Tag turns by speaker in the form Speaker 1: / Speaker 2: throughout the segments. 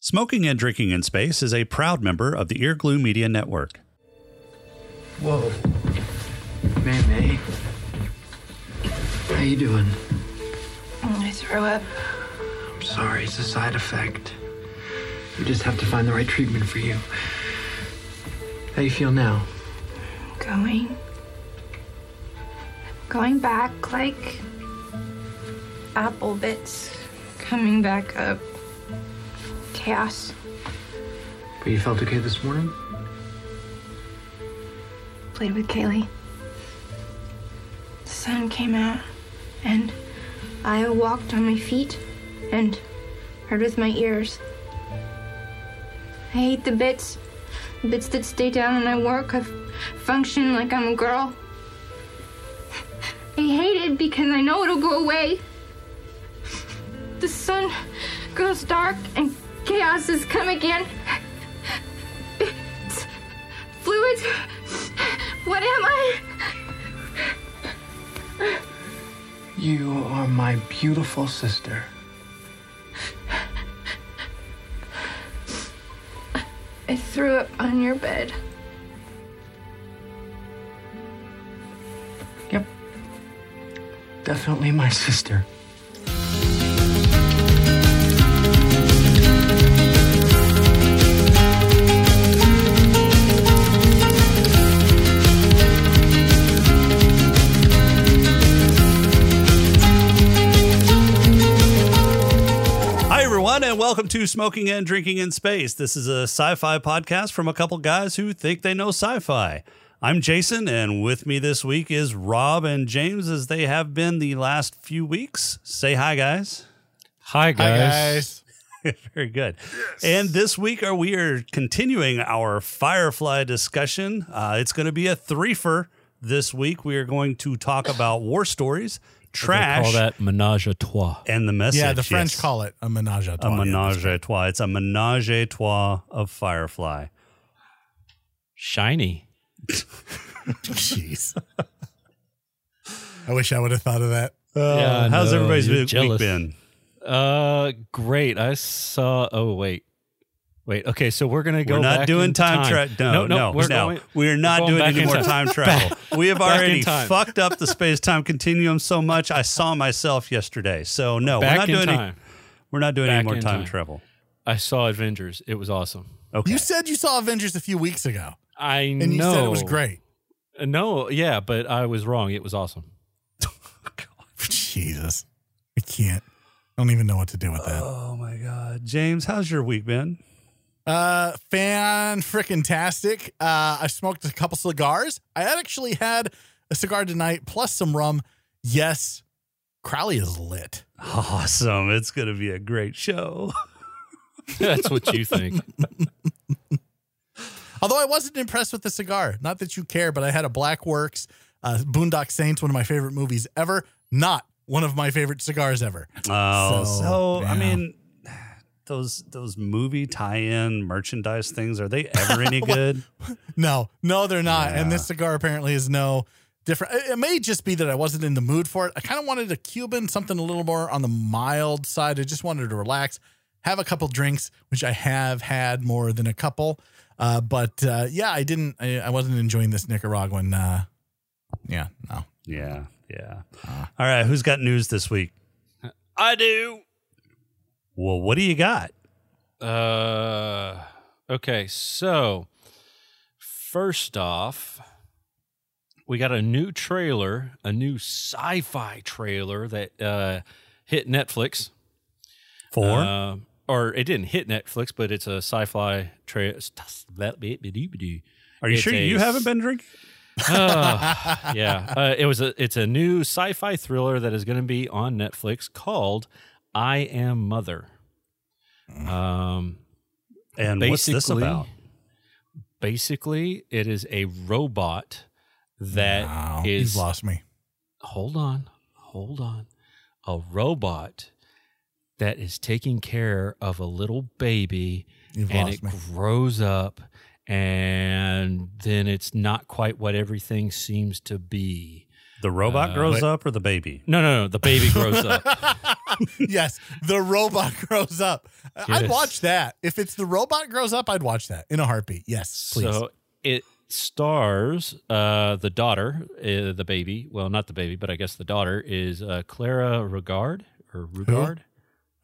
Speaker 1: Smoking and Drinking in Space is a proud member of the Earglue Media Network.
Speaker 2: Whoa. May May. How you doing?
Speaker 3: I threw up.
Speaker 2: I'm sorry, it's a side effect. We just have to find the right treatment for you. How you feel now?
Speaker 3: Going. Going back like apple bits. Coming back up. Chaos.
Speaker 2: But you felt okay this morning?
Speaker 3: Played with Kaylee. The sun came out and I walked on my feet and heard with my ears. I hate the bits. The bits that stay down and I work. I f- function like I'm a girl. I hate it because I know it'll go away. The sun goes dark and chaos has come again. It's fluid. What am I?
Speaker 2: You are my beautiful sister.
Speaker 3: I threw up on your bed.
Speaker 2: Yep. Definitely my sister.
Speaker 1: Hi, everyone, and welcome to Smoking and Drinking in Space. This is a sci fi podcast from a couple guys who think they know sci fi. I'm Jason, and with me this week is Rob and James, as they have been the last few weeks. Say hi, guys.
Speaker 4: Hi guys.
Speaker 1: Very good. And this week, are we are continuing our Firefly discussion. Uh, it's going to be a threefer this week. We are going to talk about war stories,
Speaker 4: They
Speaker 1: trash,
Speaker 4: call that menage a trois.
Speaker 1: and the message.
Speaker 5: Yeah, the French
Speaker 1: yes.
Speaker 5: call it a menage a
Speaker 1: a
Speaker 5: trois.
Speaker 1: menage a trois. It's a menage a trois of Firefly.
Speaker 4: Shiny.
Speaker 5: Jeez. I wish I would have thought of that.
Speaker 1: Uh,
Speaker 4: Yeah, I
Speaker 1: How's
Speaker 4: know,
Speaker 1: everybody's
Speaker 4: you're
Speaker 1: week, week
Speaker 4: jealous.
Speaker 1: been?
Speaker 4: Uh, great. I saw. Oh wait, wait. Okay, so we're gonna go.
Speaker 1: We're not
Speaker 4: back
Speaker 1: doing
Speaker 4: in
Speaker 1: time, travel. No, no, no.
Speaker 4: we're
Speaker 1: no.
Speaker 4: going-
Speaker 1: we're not
Speaker 4: going
Speaker 1: doing
Speaker 4: back
Speaker 1: any
Speaker 4: in
Speaker 1: more time, travel. we have
Speaker 4: back in
Speaker 1: already
Speaker 4: time.
Speaker 1: fucked up the space time continuum so much. I saw myself yesterday. So no, we're
Speaker 4: Back
Speaker 1: not
Speaker 4: in
Speaker 1: doing any.
Speaker 4: time.
Speaker 1: We're not doing any
Speaker 4: Back
Speaker 1: more
Speaker 4: in
Speaker 1: time,
Speaker 4: time.
Speaker 1: travel.
Speaker 4: I saw Avengers. It was awesome.
Speaker 1: Okay.
Speaker 5: You said you saw Avengers a few weeks ago,
Speaker 4: I know.
Speaker 5: and you said it was great.
Speaker 4: No, yeah, but I was wrong. It was awesome.
Speaker 5: Jesus, I can't. I don't even know what to do with that.
Speaker 1: oh my god, James, how's your week been?
Speaker 5: Uh, fan freaking tastic. Uh, I smoked a couple cigars. I actually had a cigar tonight, plus some rum. Yes, Crowley is lit.
Speaker 1: Awesome. It's going to be a great show.
Speaker 4: That's what you think.
Speaker 5: Although I wasn't impressed with the cigar. Not that you care, but I had a Black Works uh, Boondock Saints, one of my favorite movies ever. Not one of my favorite cigars ever.
Speaker 1: Oh, so,
Speaker 5: So,
Speaker 1: I
Speaker 5: yeah.
Speaker 1: mean, those those movie tie-in merchandise things are they ever any good?
Speaker 5: No, no, they're not. And this cigar apparently is no different. It, it may just be that I wasn't in the mood for it. I kind of wanted a Cuban, something a little more on the mild side. I just wanted to relax, have a couple drinks, which I have had more than a couple. Uh, but uh, yeah, I didn't. I, I wasn't enjoying this Nicaraguan. Uh, yeah, no.
Speaker 1: Yeah, yeah. All right, who's got news this week?
Speaker 4: I do.
Speaker 1: Well, what do you got?
Speaker 4: Uh, okay, so first off, we got a new trailer, a new sci-fi trailer that uh, hit Netflix.
Speaker 1: Four.
Speaker 4: Uh, or it didn't hit Netflix, but it's a sci-fi trailer.
Speaker 1: are you sure you haven't been drinking?
Speaker 4: yeah, uh, it was a. It's a new sci-fi thriller that is going to be on Netflix called "I Am Mother." Um,
Speaker 1: And what's this
Speaker 4: basically-
Speaker 1: about?
Speaker 4: basically it is a robot
Speaker 5: Wow,
Speaker 4: that is
Speaker 5: you've lost me.
Speaker 4: hold on hold on a robot that is taking care of a little baby
Speaker 5: You've
Speaker 4: and
Speaker 5: lost
Speaker 4: it
Speaker 5: me.
Speaker 4: grows up and then it's not quite what everything seems to be
Speaker 1: The robot
Speaker 4: uh,
Speaker 1: grows up or the baby?
Speaker 4: No, no, no. The baby grows up.
Speaker 5: yes, the robot grows up. I- I'd
Speaker 4: Yes.
Speaker 5: watch that. If it's the robot grows up, I'd watch that in a heartbeat. Yes, please.
Speaker 4: So it stars uh, the daughter, uh, the baby. Well, not the baby, but I guess the daughter is uh, Clara Regard or Rugard.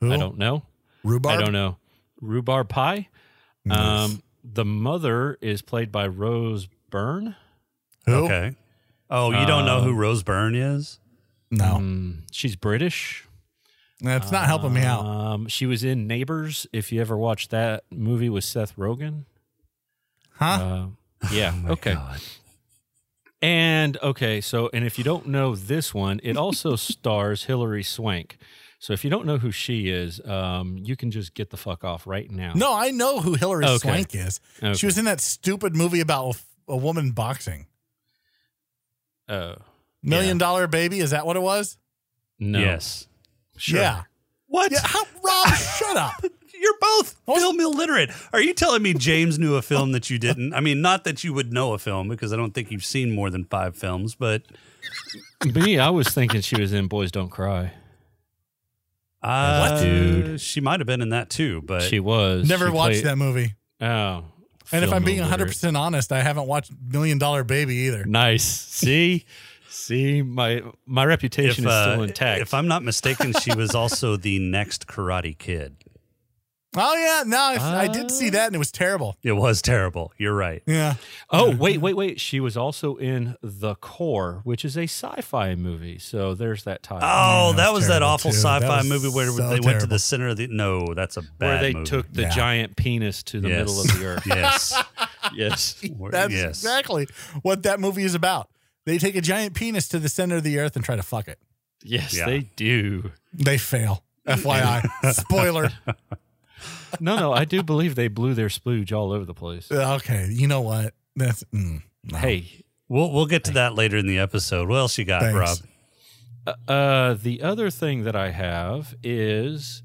Speaker 5: Who?
Speaker 4: I don't know.
Speaker 5: Rhubarb.
Speaker 4: I don't know. Rhubarb pie. Um, the mother is played by Rose Byrne.
Speaker 5: Who?
Speaker 1: Okay. Oh, you don't
Speaker 4: Uh,
Speaker 1: know who Rose Byrne is?
Speaker 5: No,
Speaker 4: Mm, she's British.
Speaker 5: that's not helping me out.
Speaker 4: Um, she was in Neighbors. If you ever watched that movie with Seth Rogen,
Speaker 5: Huh? Oh
Speaker 4: Uh, yeah.
Speaker 1: Oh
Speaker 4: okay. And okay, so and if you don't know this one, it also stars Hilary Swank. So if you don't know who she is, um, you can just get the fuck off right now. Oh,
Speaker 5: no, I know who Hillary
Speaker 4: Okay.
Speaker 5: Swank is.
Speaker 4: Okay.
Speaker 5: She was in that stupid movie about a woman boxing.
Speaker 4: Oh,
Speaker 5: Million Dollar Baby, is that what it was?
Speaker 4: no.
Speaker 1: Yes.
Speaker 4: Sure.
Speaker 5: Yeah.
Speaker 1: What?
Speaker 5: Yeah. How, Rob, shut up.
Speaker 1: You're both film illiterate. Are you telling me James knew a film that you didn't? I mean, not that you would know a film because I don't think you've seen more than five films, but
Speaker 4: Me, I was thinking she was in Boys Don't Cry.
Speaker 1: uh,
Speaker 5: What?
Speaker 1: dude? She might have been in that too, but
Speaker 4: She was.
Speaker 5: Never
Speaker 4: she
Speaker 5: watched
Speaker 4: played-
Speaker 5: that movie.
Speaker 4: Oh.
Speaker 5: And if
Speaker 4: film
Speaker 5: I'm being
Speaker 4: illiterate.
Speaker 5: 100% honest, I haven't watched Million Dollar Baby either.
Speaker 4: nice. See, see, my my
Speaker 1: if,
Speaker 4: reputation is
Speaker 1: uh,
Speaker 4: still intact.
Speaker 1: if I'm not mistaken, she was also the next Karate Kid.
Speaker 5: Oh, yeah. No, I, I did see that and it was terrible.
Speaker 1: It was terrible. You're right.
Speaker 5: Yeah.
Speaker 4: Oh, wait, wait, wait. She was also in The Core, which is a sci fi movie. So there's that tie.
Speaker 1: Oh,
Speaker 5: Yeah,
Speaker 1: that
Speaker 5: that's
Speaker 1: was that
Speaker 5: terrible,
Speaker 1: awful
Speaker 5: too.
Speaker 1: sci-fi
Speaker 5: That was
Speaker 1: movie where
Speaker 5: so
Speaker 1: they went to
Speaker 5: terrible.
Speaker 1: the center of the. No, that's a bad.
Speaker 4: where they
Speaker 1: movie.
Speaker 4: took the
Speaker 5: Yeah.
Speaker 4: giant penis to the
Speaker 1: Yes.
Speaker 4: middle of the earth.
Speaker 1: Yes,
Speaker 4: yes.
Speaker 1: Where-
Speaker 5: That's
Speaker 1: yes.
Speaker 5: exactly what that movie is about. They take a giant penis to the center of the earth and try to fuck it.
Speaker 4: Yes,
Speaker 1: Yeah.
Speaker 4: they do.
Speaker 5: They fail. FYI. Spoiler.
Speaker 4: No, no, I do believe they blew their splooge all over the place.
Speaker 5: Okay. You know what? That's. Mm, no.
Speaker 4: Hey,
Speaker 1: We'll we'll get to that later in the episode. What else you got,
Speaker 5: Thanks.
Speaker 1: Rob?
Speaker 4: Uh, the other thing that I have is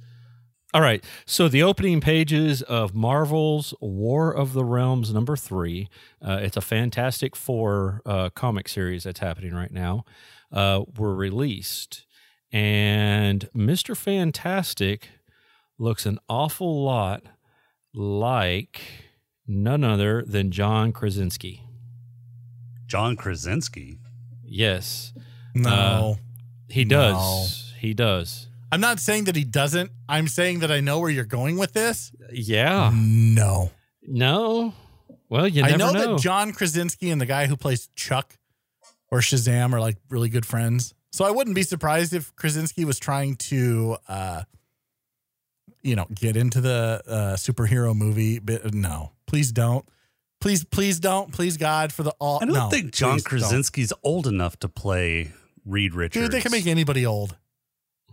Speaker 4: all right. So the opening pages of Marvel's War of the Realms number three. Uh, it's a Fantastic Four uh, comic series that's happening right now. Uh, were released, and Mister Fantastic looks an awful lot like none other than John Krasinski.
Speaker 1: John Krasinski.
Speaker 4: Yes,
Speaker 1: Uh,
Speaker 5: No.
Speaker 4: he does. He does.
Speaker 5: I'm not saying that he doesn't. I'm saying that I know where you're going with this.
Speaker 1: Ah.
Speaker 4: Yeah.
Speaker 5: No.
Speaker 4: No. Well, you never
Speaker 5: I know,
Speaker 4: know.
Speaker 5: that John Krasinski and the guy who plays Chuck or Shazam are like really good friends. So I wouldn't be surprised if Krasinski was trying to, uh, you know, get into the uh, superhero movie. But no, please don't. Please, please don't. Please, God, for the all.
Speaker 1: I don't
Speaker 5: no,
Speaker 1: think John
Speaker 5: please don't.
Speaker 1: Krasinski's old enough to play Reed Richards.
Speaker 5: Dude, they can make anybody old.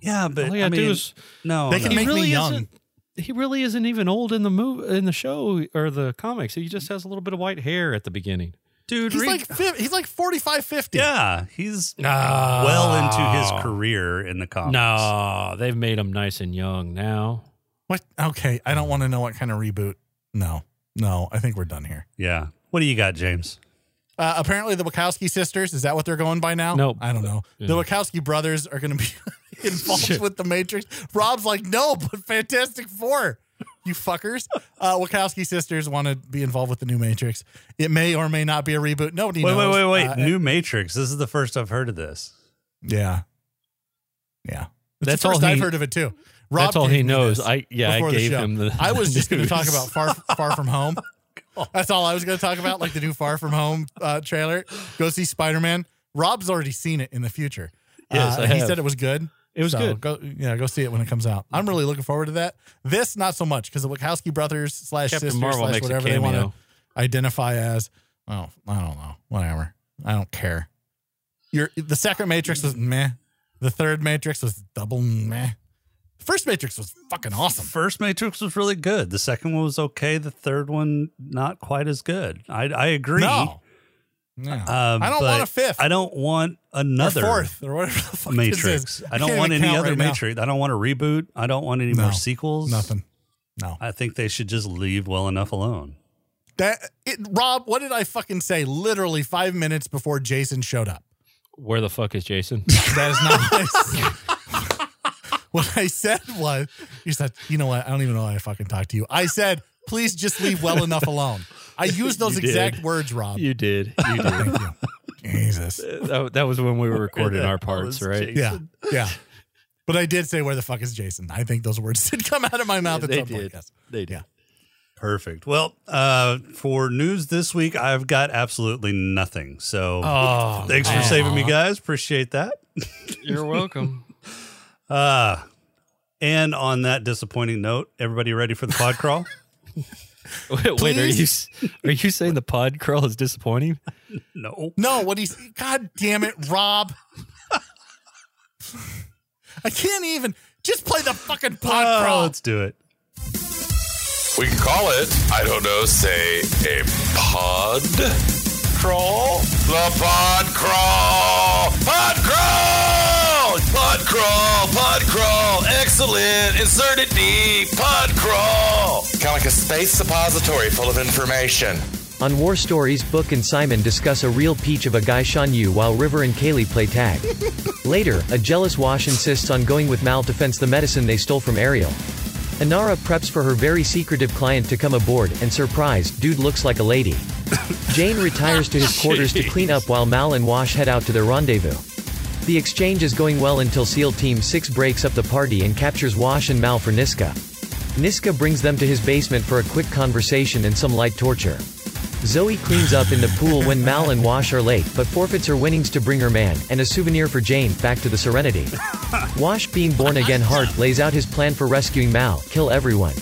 Speaker 1: yeah, but
Speaker 4: All you
Speaker 1: I
Speaker 4: gotta do
Speaker 1: mean,
Speaker 4: is-
Speaker 1: no,
Speaker 5: They
Speaker 1: no.
Speaker 5: can make me young.
Speaker 4: isn't. He really isn't even old in the move in the show or the comics. He just has a little bit of white hair at the beginning.
Speaker 1: dude.
Speaker 5: He's
Speaker 1: Reed,
Speaker 5: like fif- he's like 45, 50.
Speaker 1: yeah, he's well into his career in the comics.
Speaker 4: No, they've made him nice and young now.
Speaker 5: What? Okay, I don't want to know what kind of reboot. No, no, I think we're done here.
Speaker 1: yeah. What do you got, James?
Speaker 5: Uh, apparently, the Wachowski sisters is that what they're going by now?
Speaker 4: No.
Speaker 5: I don't know.
Speaker 4: Yeah.
Speaker 5: The Wachowski brothers are going to be involved with the Matrix. Rob's like, no, but Fantastic Four, you fuckers. Uh, Wachowski sisters want to be involved with the new Matrix. It may or may not be a reboot. Nobody
Speaker 1: Wait, wait,
Speaker 5: knows.
Speaker 1: wait, wait.
Speaker 5: Uh,
Speaker 1: New Matrix. This is the first I've heard of this.
Speaker 5: yeah, yeah. It's
Speaker 4: That's
Speaker 5: the first
Speaker 4: all he-
Speaker 5: I've heard of it too. Rob
Speaker 4: That's all
Speaker 5: gave
Speaker 4: he
Speaker 5: me
Speaker 4: knows.
Speaker 5: this
Speaker 4: I yeah, I
Speaker 5: before the
Speaker 4: gave
Speaker 5: show.
Speaker 4: him the.
Speaker 5: I was just going to talk
Speaker 4: news.
Speaker 5: about far far from home. Oh, That's all I was going to talk about, like the new Far From Home uh, trailer. Go see Spider Man. Rob's already seen it in the future.
Speaker 4: Yes,
Speaker 5: Uh,
Speaker 4: I
Speaker 5: he
Speaker 4: have.
Speaker 5: said it was good.
Speaker 4: It was
Speaker 5: So
Speaker 4: good.
Speaker 5: Go, yeah, go see it when it comes out. I'm really looking forward to that. This not so much because the Wachowski brothers slash
Speaker 4: Captain
Speaker 5: sisters
Speaker 4: Marvel
Speaker 5: slash
Speaker 4: makes a
Speaker 5: whatever they want
Speaker 4: cameo.
Speaker 5: to identify as. Oh, I don't know. Whatever. I don't care. Your the second Matrix was meh. The third Matrix was double meh. The first Matrix was fucking awesome.
Speaker 1: First Matrix was really good. The second one was okay. The third one not quite as good. I I agree.
Speaker 5: No. No.
Speaker 1: Um,
Speaker 5: I don't want
Speaker 1: but
Speaker 5: a fifth.
Speaker 1: I don't want another
Speaker 5: Or fourth or whatever the fuck this
Speaker 1: Matrix.
Speaker 5: is.
Speaker 1: I don't
Speaker 5: can't
Speaker 1: want
Speaker 5: even
Speaker 1: any
Speaker 5: count
Speaker 1: other
Speaker 5: right now.
Speaker 1: Matrix. I don't want a reboot. I don't want any
Speaker 5: No,
Speaker 1: more sequels.
Speaker 5: Nothing. No.
Speaker 1: I think they should just leave well enough alone.
Speaker 5: That it, Rob, what did I fucking say? Literally five minutes before Jason showed up.
Speaker 4: Where the fuck is Jason?
Speaker 5: That is not what I s- what I said. Was you said? You know what? I don't even know why I fucking talked to you. I said, please just leave well enough alone. I used those
Speaker 4: You did.
Speaker 5: exact words, Rob.
Speaker 4: you did. You did.
Speaker 5: Thank you. Jesus.
Speaker 4: that, that was when we were recording our
Speaker 1: the hell
Speaker 4: parts,
Speaker 1: is
Speaker 4: right?
Speaker 5: Yeah. Yeah. But I did say, where the fuck is Jason? I think those words did come out of my mouth at
Speaker 4: they
Speaker 5: some point.
Speaker 4: did.
Speaker 5: Yes.
Speaker 4: They did.
Speaker 5: Yeah.
Speaker 1: Perfect. Well, uh, for news this week, I've got absolutely nothing. So
Speaker 4: Oh,
Speaker 1: thanks for
Speaker 5: man.
Speaker 1: saving me, guys. Appreciate that.
Speaker 4: You're welcome.
Speaker 1: Uh, and on that disappointing note, everybody ready for the pod crawl?
Speaker 4: wait, wait, are you s- are you saying the pod crawl is disappointing?
Speaker 1: no.
Speaker 5: No, what he's God damn it, Rob. I can't even just play the fucking pod
Speaker 1: Oh,
Speaker 5: crawl.
Speaker 1: let's do it.
Speaker 6: We can call it, I don't know, say a pod crawl? The pod crawl! Pod crawl! Pod crawl! Pod crawl! Excellent! Insert it deep! Pod crawl! Kind of like a space suppository full of information.
Speaker 7: On War Stories, Book and Simon discuss a real peach of a guy Shan Yu while River and Kaylee play tag. Later, a jealous Wash insists on going with Mal to fence the medicine they stole from Ariel. Inara preps for her very secretive client to come aboard, and surprise, dude looks like a lady. Jane retires to his quarters to clean up while Mal and Wash head out to their rendezvous. The exchange is going well until SEAL Team 6 breaks up the party and captures Wash and Mal for Niska. Niska brings them to his basement for a quick conversation and some light torture. Zoe cleans up in the pool when Mal and Wash are late, but forfeits her winnings to bring her man, and a souvenir for Jane, back to the Serenity. Wash, being born again Hart, lays out his plan for rescuing Mal, kill everyone.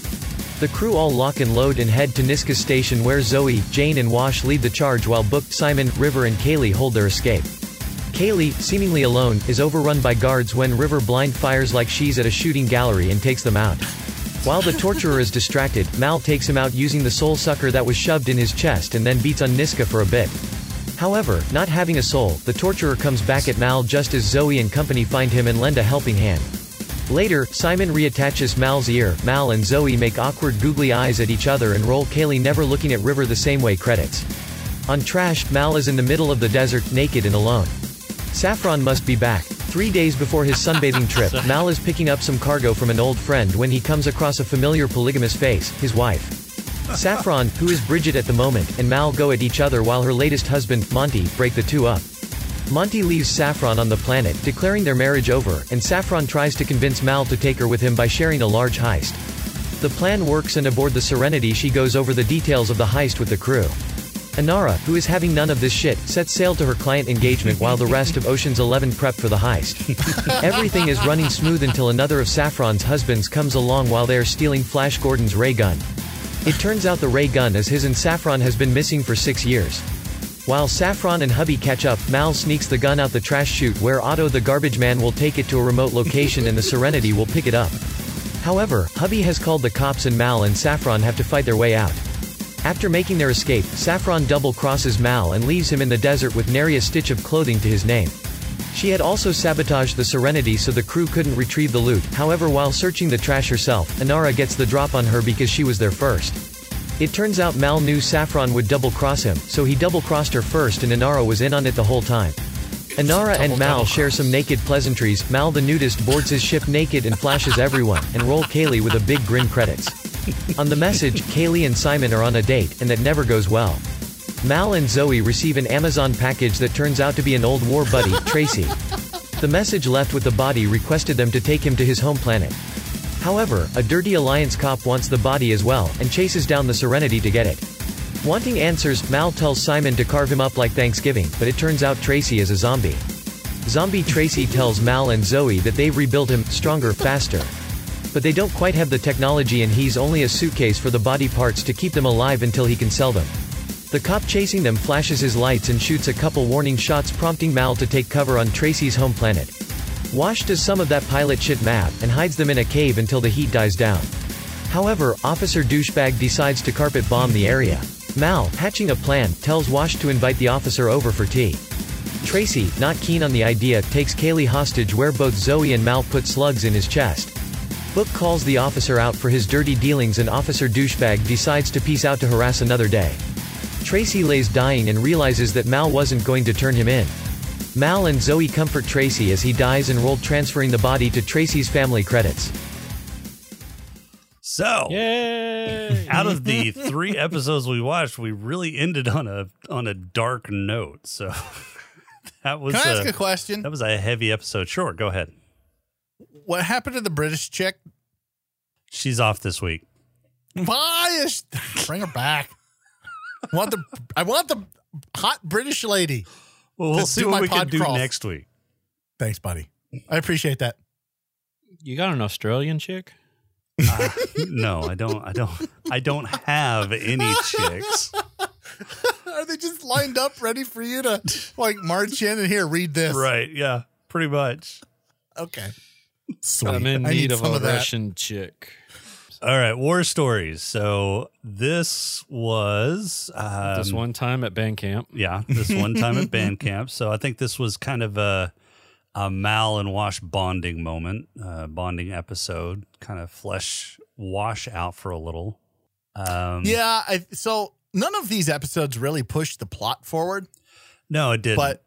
Speaker 7: The crew all lock and load and head to Niska's station where Zoe, Jane, and Wash lead the charge while Book, Simon, River, and Kaylee hold their escape. Kaylee, seemingly alone, is overrun by guards when River blind fires like she's at a shooting gallery and takes them out. While the torturer is distracted, Mal takes him out using the soul sucker that was shoved in his chest and then beats on Niska for a bit. However, not having a soul, the torturer comes back at Mal just as Zoe and company find him and lend a helping hand. Later, Simon reattaches Mal's ear. Mal and Zoe make awkward googly eyes at each other and roll Kaylee never looking at River the same way credits. On Trash, Mal is in the middle of the desert, naked and alone. Saffron must be back. Three days before his sunbathing trip, Mal is picking up some cargo from an old friend when he comes across a familiar polygamous face, his wife. Saffron, who is Bridget at the moment, and Mal go at each other while her latest husband, Monty, break the two up. Monty leaves Saffron on the planet, declaring their marriage over, and Saffron tries to convince Mal to take her with him by sharing a large heist. The plan works and aboard the Serenity she goes over the details of the heist with the crew. Inara, who is having none of this shit, sets sail to her client engagement while the rest of Ocean's Eleven prep for the heist. Everything is running smooth until another of Saffron's husbands comes along while they are stealing Flash Gordon's ray gun. It turns out the ray gun is his and Saffron has been missing for six years. While Saffron and hubby catch up, Mal sneaks the gun out the trash chute where Otto the garbage man will take it to a remote location and the Serenity will pick it up. However, hubby has called the cops and Mal and Saffron have to fight their way out. After making their escape, Saffron double crosses Mal and leaves him in the desert with nary a stitch of clothing to his name. She had also sabotaged the Serenity so the crew couldn't retrieve the loot, however, while searching the trash herself, Inara gets the drop on her because she was there first. It turns out Mal knew Saffron would double cross him, so he double crossed her first and Inara was in on it the whole time. Inara and Mal share some naked pleasantries. Mal the nudist boards his ship naked and flashes everyone, and roll Kaylee with a big grin credits. On the message, Kaylee and Simon are on a date, and that never goes well. Mal and Zoe receive an Amazon package that turns out to be an old war buddy, Tracy. The message left with the body requested them to take him to his home planet. However, a dirty Alliance cop wants the body as well, and chases down the Serenity to get it. Wanting answers, Mal tells Simon to carve him up like Thanksgiving, but it turns out Tracy is a zombie. Zombie Tracy tells Mal and Zoe that they've rebuilt him, stronger, faster but they don't quite have the technology and he's only a suitcase for the body parts to keep them alive until he can sell them. The cop chasing them flashes his lights and shoots a couple warning shots prompting Mal to take cover on Tracy's home planet. Wash does some of that pilot shit map and hides them in a cave until the heat dies down. However, Officer Douchebag decides to carpet bomb the area. Mal, hatching a plan, tells Wash to invite the officer over for tea. Tracy, not keen on the idea, takes Kaylee hostage where both Zoe and Mal put slugs in his chest. Book calls the officer out for his dirty dealings and Officer Douchebag decides to peace out to harass another day. Tracy lays dying and realizes that Mal wasn't going to turn him in. Mal and Zoe comfort Tracy as he dies enrolled transferring the body to Tracy's family credits.
Speaker 1: So
Speaker 4: Yay!
Speaker 1: out of the three episodes we watched, we really ended on a on a dark note. So that was
Speaker 5: Can I ask
Speaker 1: a-
Speaker 5: a question?
Speaker 1: that was a heavy episode. Sure, go ahead.
Speaker 5: What happened to the British chick?
Speaker 1: She's off this week.
Speaker 5: Why is bring her back? I want the I want the hot British lady.
Speaker 1: Well, we'll
Speaker 5: Just
Speaker 1: see
Speaker 5: do
Speaker 1: what
Speaker 5: my
Speaker 1: we can
Speaker 5: pod
Speaker 1: do
Speaker 5: crawl.
Speaker 1: next week.
Speaker 5: Thanks, buddy. I appreciate that.
Speaker 4: You got an Australian chick?
Speaker 1: Uh, No, I don't. I don't. I don't have any chicks.
Speaker 5: Are they just lined up ready for you to like march in and here read this?
Speaker 1: Right? Yeah. Pretty much.
Speaker 5: Okay. Sweet.
Speaker 4: I'm in
Speaker 5: I
Speaker 4: need
Speaker 5: need
Speaker 4: of
Speaker 5: some
Speaker 4: a
Speaker 5: of that.
Speaker 4: Russian chick.
Speaker 1: All right. War stories. So this was um,
Speaker 4: this one time at band camp.
Speaker 1: Yeah, this one time at band camp. So I think this was kind of a a Mal and Wash bonding moment, uh, bonding episode, kind of flesh wash out for a little. Um,
Speaker 5: Yeah. I, so none of these episodes really pushed the plot forward,
Speaker 1: no, it didn't.
Speaker 5: but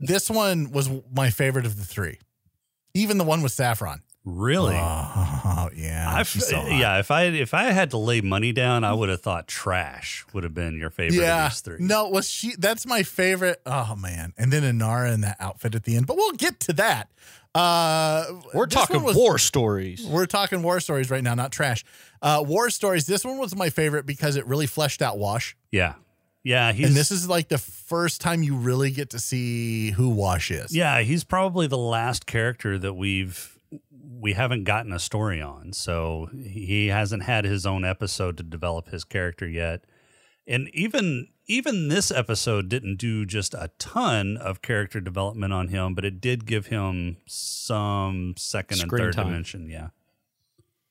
Speaker 5: this one was my favorite of the three. Even the one with saffron.
Speaker 1: really,
Speaker 5: Oh yeah.
Speaker 1: I f-
Speaker 5: she's so hot.
Speaker 1: yeah. If I if I had to lay money down, I would have thought trash would have been your favorite of these three.
Speaker 5: No, was she? That's my favorite. Oh man! And then Inara in that outfit at the end. But we'll get to that. Uh,
Speaker 4: We're
Speaker 5: this
Speaker 4: talking
Speaker 5: one was-
Speaker 4: war stories.
Speaker 5: We're talking war stories right now, not trash. Uh, war stories. This one was my favorite because it really fleshed out Wash,
Speaker 1: yeah, yeah. He's
Speaker 5: and this is like the first time you really get to see who Wash is.
Speaker 1: Yeah, he's probably the last character that we've we haven't gotten a story on. So he hasn't had his own episode to develop his character yet. And even even this episode didn't do just a ton of character development on him, but it did give him some second
Speaker 4: Screen
Speaker 1: and third
Speaker 4: time.
Speaker 1: dimension. Yeah.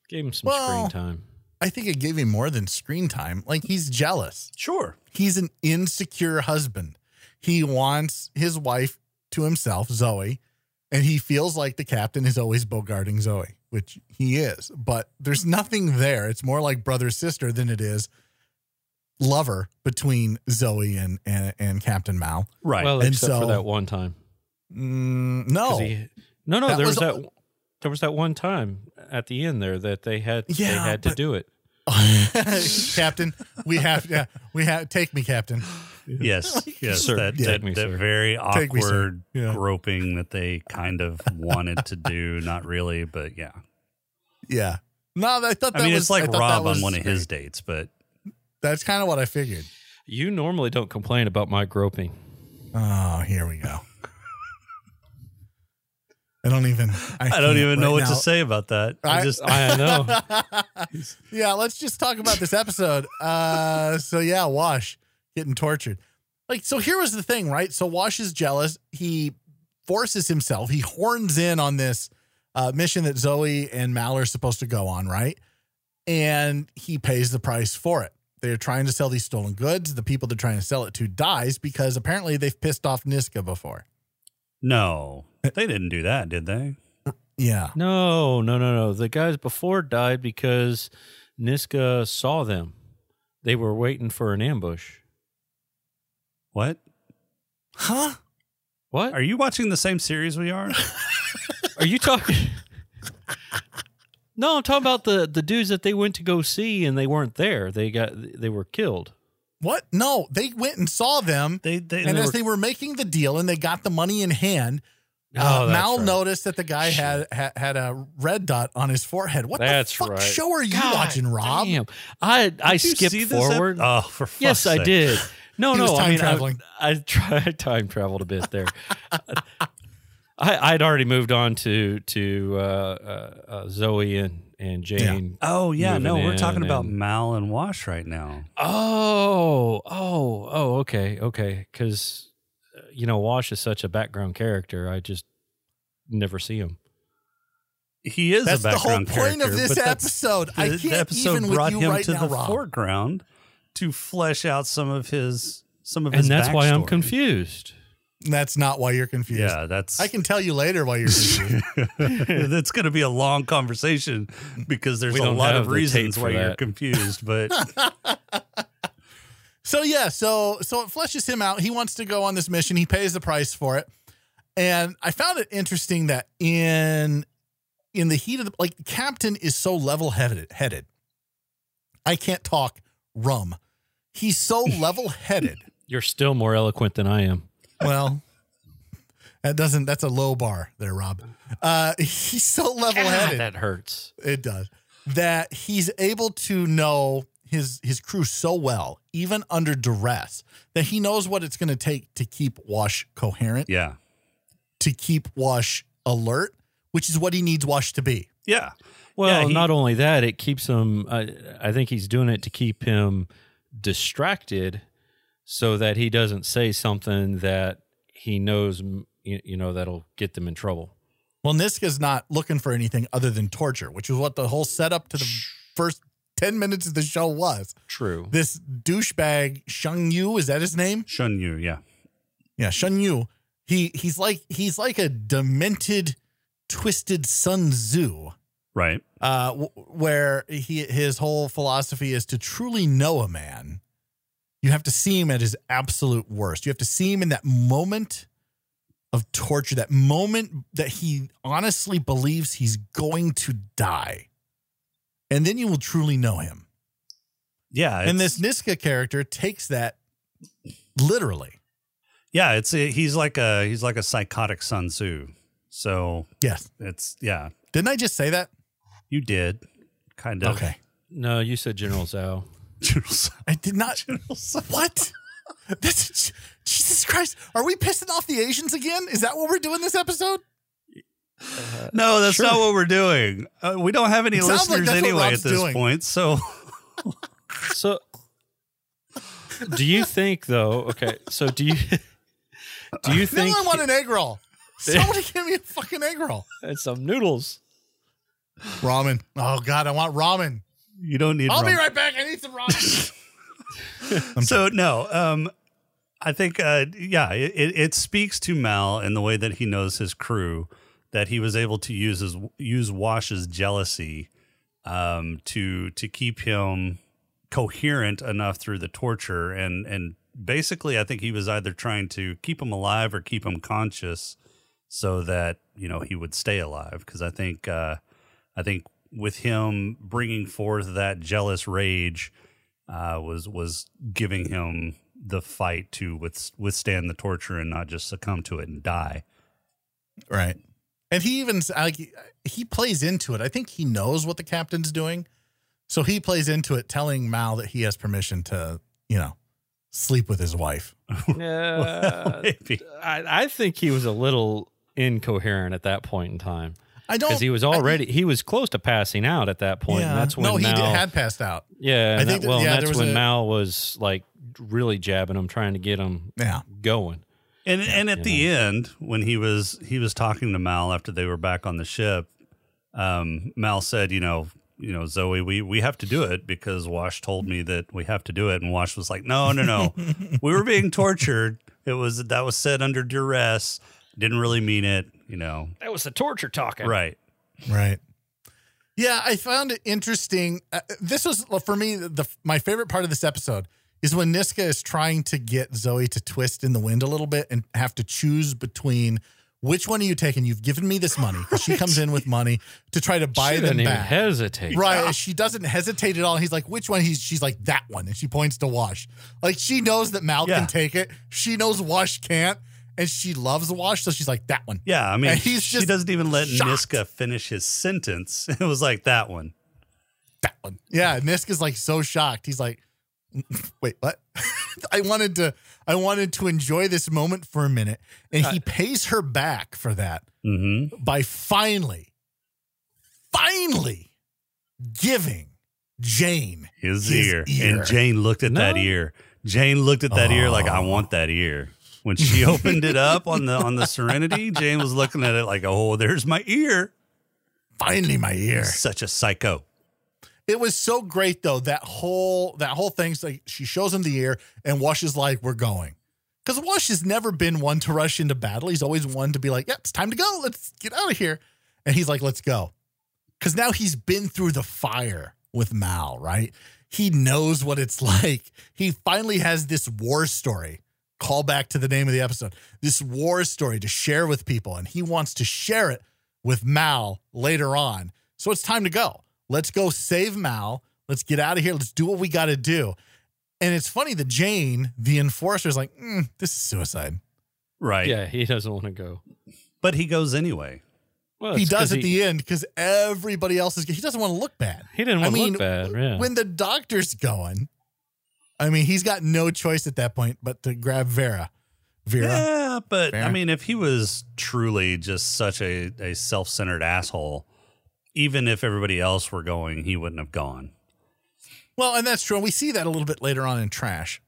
Speaker 4: Gave him some
Speaker 5: Well-
Speaker 4: screen time.
Speaker 5: I think it gave him more than screen time. Like he's jealous.
Speaker 1: Sure.
Speaker 5: He's an insecure husband. He wants his wife to himself, Zoe, and he feels like the captain is always bogarting Zoe, which he is. But there's nothing there. It's more like brother sister than it is lover between Zoe and and, and Captain Mal.
Speaker 1: Right.
Speaker 4: Well,
Speaker 5: And
Speaker 4: except for
Speaker 5: so-
Speaker 4: that one time.
Speaker 5: Mm,
Speaker 4: 'Cause
Speaker 5: no,
Speaker 4: he- no, no,
Speaker 5: That
Speaker 4: there was,
Speaker 5: was
Speaker 4: that.
Speaker 5: all-
Speaker 4: There was that one time at the end there that they had they
Speaker 5: Yeah,
Speaker 4: had to
Speaker 5: but-
Speaker 4: do it.
Speaker 5: Captain, we have yeah, we have take me, Captain.
Speaker 1: yes. Yes.
Speaker 4: Sir,
Speaker 1: that
Speaker 4: take
Speaker 1: that,
Speaker 4: me,
Speaker 1: that
Speaker 4: sir.
Speaker 1: very
Speaker 5: Take me, sir.
Speaker 1: awkward
Speaker 5: Yeah.
Speaker 1: groping that they kind of wanted to do. Not really, but yeah.
Speaker 5: Yeah. No, I thought that
Speaker 1: I mean,
Speaker 5: was
Speaker 1: it's
Speaker 5: I
Speaker 1: like
Speaker 5: thought that
Speaker 1: Rob
Speaker 5: was-
Speaker 1: on one of his dates, but
Speaker 5: That's kind of what I figured.
Speaker 4: You normally don't complain about my groping.
Speaker 5: Oh, here we go. I don't even. I,
Speaker 1: I don't
Speaker 5: can't
Speaker 1: even know
Speaker 5: right
Speaker 1: what
Speaker 5: now.
Speaker 1: to say about that. I
Speaker 5: I-
Speaker 1: just
Speaker 4: I know.
Speaker 5: Yeah, let's just talk about this episode. uh, so yeah, Wash getting tortured. Like, so here was the thing, right? So Wash is jealous. He forces himself. He horns in on this uh, mission that Zoe and Mal are supposed to go on, right? And he pays the price for it. They're trying to sell these stolen goods. The people they're trying to sell it to dies because apparently they've pissed off Niska before.
Speaker 1: no. They didn't do that, did they?
Speaker 5: Yeah.
Speaker 4: No, no, no, no. The guys before died because Niska saw them. They were waiting for an ambush.
Speaker 1: What?
Speaker 5: Huh?
Speaker 4: What
Speaker 1: Are you watching the same series we are?
Speaker 4: Are you talking? no, I'm talking about the the dudes that they went to go see and they weren't there. They got they were killed.
Speaker 5: What? No, they went and saw them.
Speaker 1: They they,
Speaker 5: and
Speaker 1: they
Speaker 5: as
Speaker 1: were-
Speaker 5: they were making the deal and they got the money in hand,
Speaker 4: Oh,
Speaker 5: uh,
Speaker 4: that's
Speaker 5: Mal
Speaker 4: right.
Speaker 5: noticed that the guy had, had had a red dot on his forehead. What
Speaker 4: That's
Speaker 5: the fuck
Speaker 4: right.
Speaker 5: show are you
Speaker 4: God
Speaker 5: watching, Rob?
Speaker 4: Damn. I I
Speaker 1: Did you
Speaker 4: skipped
Speaker 1: see this ep-
Speaker 4: forward.
Speaker 1: oh, for fuck's
Speaker 4: yes, I
Speaker 1: sake.
Speaker 4: did. No,
Speaker 5: He
Speaker 4: no,
Speaker 5: was
Speaker 4: I
Speaker 5: time
Speaker 4: mean, I-
Speaker 5: traveling.
Speaker 4: I, tried time traveled a bit there. I I'd already moved on to to uh, uh, uh, Zoe and and Jane.
Speaker 1: Oh yeah, no,
Speaker 4: Moving
Speaker 1: we're talking
Speaker 4: in
Speaker 1: about
Speaker 4: and-
Speaker 1: Mal and Wash right now.
Speaker 4: Oh, oh, oh, okay, okay. Because, you know, Wash is such a background character. I just never see him.
Speaker 1: He is
Speaker 5: That's
Speaker 1: a
Speaker 5: the whole
Speaker 1: background
Speaker 5: point of
Speaker 1: character,
Speaker 5: this
Speaker 1: but that's-
Speaker 5: episode. I
Speaker 1: the- the
Speaker 5: can't
Speaker 1: episode
Speaker 5: even with
Speaker 1: brought
Speaker 5: you
Speaker 1: him
Speaker 5: right
Speaker 1: to
Speaker 5: now,
Speaker 1: the
Speaker 5: Rob.
Speaker 1: foreground to flesh out some of his some of
Speaker 4: And
Speaker 1: his
Speaker 4: that's why I'm
Speaker 1: backstory.
Speaker 4: confused.
Speaker 5: That's not why you're confused.
Speaker 1: Yeah, that's
Speaker 5: I can tell you later why you're confused.
Speaker 1: That's going to be a long conversation because there's
Speaker 4: We
Speaker 1: a
Speaker 4: don't
Speaker 1: lot
Speaker 4: have
Speaker 1: of
Speaker 4: the tape
Speaker 1: reasons
Speaker 4: for
Speaker 1: why you're
Speaker 4: that.
Speaker 1: confused. But
Speaker 5: So yeah, so so it fleshes him out. He wants to go on this mission. He pays the price for it. And I found it interesting that in in the heat of the like Captain is so level headed headed. I can't talk rum. He's so level headed.
Speaker 4: You're still more eloquent than I am.
Speaker 5: well, that doesn't that's a low bar there, Rob. Uh he's so level headed.
Speaker 4: that hurts.
Speaker 5: It does. That he's able to know his his crew so well, even under duress, that he knows what it's going to take to keep Wash coherent,
Speaker 1: Yeah.
Speaker 5: to keep Wash alert, which is what he needs Wash to be.
Speaker 1: Yeah.
Speaker 4: Well,
Speaker 1: Yeah, he-
Speaker 4: not only that, it keeps him. I, I think he's doing it to keep him distracted, so that he doesn't say something that he knows, m- you, you know, that'll get them in trouble.
Speaker 5: Well, Niska's not looking for anything other than torture, which is what the whole setup to the first 10 minutes of the show was.
Speaker 4: True.
Speaker 5: This douchebag Shang Yu, is that his name?
Speaker 1: Shun Yu. Yeah.
Speaker 5: Yeah, Shun Yu. He he's like he's like a demented, twisted Sun Tzu.
Speaker 1: Right.
Speaker 5: uh, w- where he his whole philosophy is to truly know a man, you have to see him at his absolute worst. You have to see him in that moment of torture, that moment that he honestly believes he's going to die, and then you will truly know him.
Speaker 1: Yeah.
Speaker 5: and
Speaker 1: it's-
Speaker 5: this Niska character takes that literally.
Speaker 1: Yeah. It's he's like a he's like a psychotic Sun Tzu. So
Speaker 5: Yes,
Speaker 1: it's yeah.
Speaker 5: didn't I just say that?
Speaker 1: You did kind of
Speaker 5: Okay,
Speaker 4: No, you said General Zhao.
Speaker 5: I did not. What? That's, Jesus Christ. Are we pissing off the Asians again? Is that what we're doing this episode?
Speaker 1: no, that's not what we're doing. Uh, we don't have any
Speaker 5: It sounds like
Speaker 1: listeners
Speaker 5: that's what
Speaker 1: anyway at
Speaker 5: Rob's
Speaker 1: this
Speaker 5: doing.
Speaker 1: point. So
Speaker 4: So, do you think though? Okay, so do you do you
Speaker 5: Now
Speaker 4: think
Speaker 5: I want an egg roll. Somebody give me a fucking egg roll.
Speaker 4: and some noodles?
Speaker 5: Ramen. Oh, God, I want ramen.
Speaker 1: you don't need.
Speaker 5: I'll be
Speaker 1: Rob.
Speaker 5: right back. I need some ramen.
Speaker 1: so no um i think uh yeah it, it it speaks to mal and the way that he knows his crew that he was able to use his use wash's jealousy um to to keep him coherent enough through the torture and and basically i think he was either trying to keep him alive or keep him conscious so that you know he would stay alive because i think uh i think with him bringing forth that jealous rage uh, was was giving him the fight to with, withstand the torture and not just succumb to it and die.
Speaker 5: right. And he even, like, he plays into it. I think he knows what the captain's doing. So he plays into it, telling Mal that he has permission to, you know, sleep with his wife.
Speaker 4: Uh,
Speaker 1: Maybe.
Speaker 4: I, I think he was a little incoherent at that point in time
Speaker 5: I don't.
Speaker 4: because he was
Speaker 5: I-
Speaker 4: already he was close to passing out at that point. And that's when
Speaker 5: no, he
Speaker 4: Mal,
Speaker 5: did, had passed out.
Speaker 4: yeah,
Speaker 5: I
Speaker 4: and that-
Speaker 5: think that-
Speaker 4: well,
Speaker 5: yeah,
Speaker 4: and
Speaker 5: there
Speaker 4: that's
Speaker 5: was
Speaker 4: when
Speaker 5: a-
Speaker 4: Mal was like really jabbing him, trying to get him
Speaker 5: Yeah.
Speaker 4: going.
Speaker 1: And and at the end, when he was he was talking to Mal after they were back on the ship, um, Mal said, you know, you know, Zoe, we we have to do it because Wash told me that we have to do it, and Wash was like, no, no, no, we were being tortured. It was that was said under duress. Didn't really mean it, you know.
Speaker 4: That was the torture talking,
Speaker 1: Right.
Speaker 5: Right. Yeah, I found it interesting. Uh, this was for me the my favorite part of this episode is when Niska is trying to get Zoe to twist in the wind a little bit and have to choose between which one are you taking? You've given me this money. 'Cause She comes in with money to try to buy
Speaker 4: she
Speaker 5: them
Speaker 4: didn't even
Speaker 5: back.
Speaker 4: hesitate.
Speaker 5: Right. She doesn't hesitate at all. He's like, which one? He's she's like, that one. And she points to Wash. Like she knows that Mal
Speaker 1: Yeah.
Speaker 5: can take it. She knows Wash can't. And she loves Wash. So she's like, that one.
Speaker 1: Yeah, I mean,
Speaker 5: And he's
Speaker 1: she
Speaker 5: just
Speaker 1: doesn't even let
Speaker 5: shocked.
Speaker 1: Niska finish his sentence. It was like that one.
Speaker 5: that one. Yeah, Nisk is like so shocked. He's like, wait, what? I wanted to I wanted to enjoy this moment for a minute. And he pays her back for that
Speaker 1: Mm-hmm.
Speaker 5: by finally, finally giving Jane
Speaker 1: His,
Speaker 5: His
Speaker 1: ear.
Speaker 5: ear.
Speaker 1: and Jane looked at that
Speaker 4: No.
Speaker 1: ear. Jane looked at that ear like I
Speaker 5: Oh.
Speaker 1: want that ear. When she opened it up on the on the Serenity, Jane was looking at it like, "Oh, there's my ear."
Speaker 5: finally my ear.
Speaker 1: Such a psycho.
Speaker 5: It was so great though. That whole that whole thing's like she shows him the ear and Wash is like, we're going. Because Wash has never been one to rush into battle. He's always one to be like, yep, it's time to go. Let's get out of here. And he's like, let's go. Because now he's been through the fire with Mal, right? he knows what it's like. He finally has this war story. Call back to the name of the episode. This war story to share with people, and he wants to share it with Mal later on. So it's time to go. Let's go save Mal. Let's get out of here. Let's do what we got to do. And it's funny that Jane, the enforcer, is like, "Mm, this is suicide.
Speaker 1: Right.
Speaker 4: Yeah, he doesn't want to go.
Speaker 1: But he goes anyway.
Speaker 4: Well,
Speaker 5: he
Speaker 4: Oh, it's
Speaker 5: does
Speaker 4: 'cause
Speaker 5: at the end because everybody else is. He doesn't want to look bad.
Speaker 4: He didn't
Speaker 5: I
Speaker 4: want to
Speaker 5: mean,
Speaker 4: look bad. Yeah.
Speaker 5: when the doctor's going, I mean, he's got no choice at that point but to grab Vera. Vera.
Speaker 1: Yeah, but I
Speaker 5: Fair.
Speaker 1: mean, if he was truly just such a, a self centered asshole, even if everybody else were going, he wouldn't have gone.
Speaker 5: Well, and that's true. And we see that a little bit later on in Trash.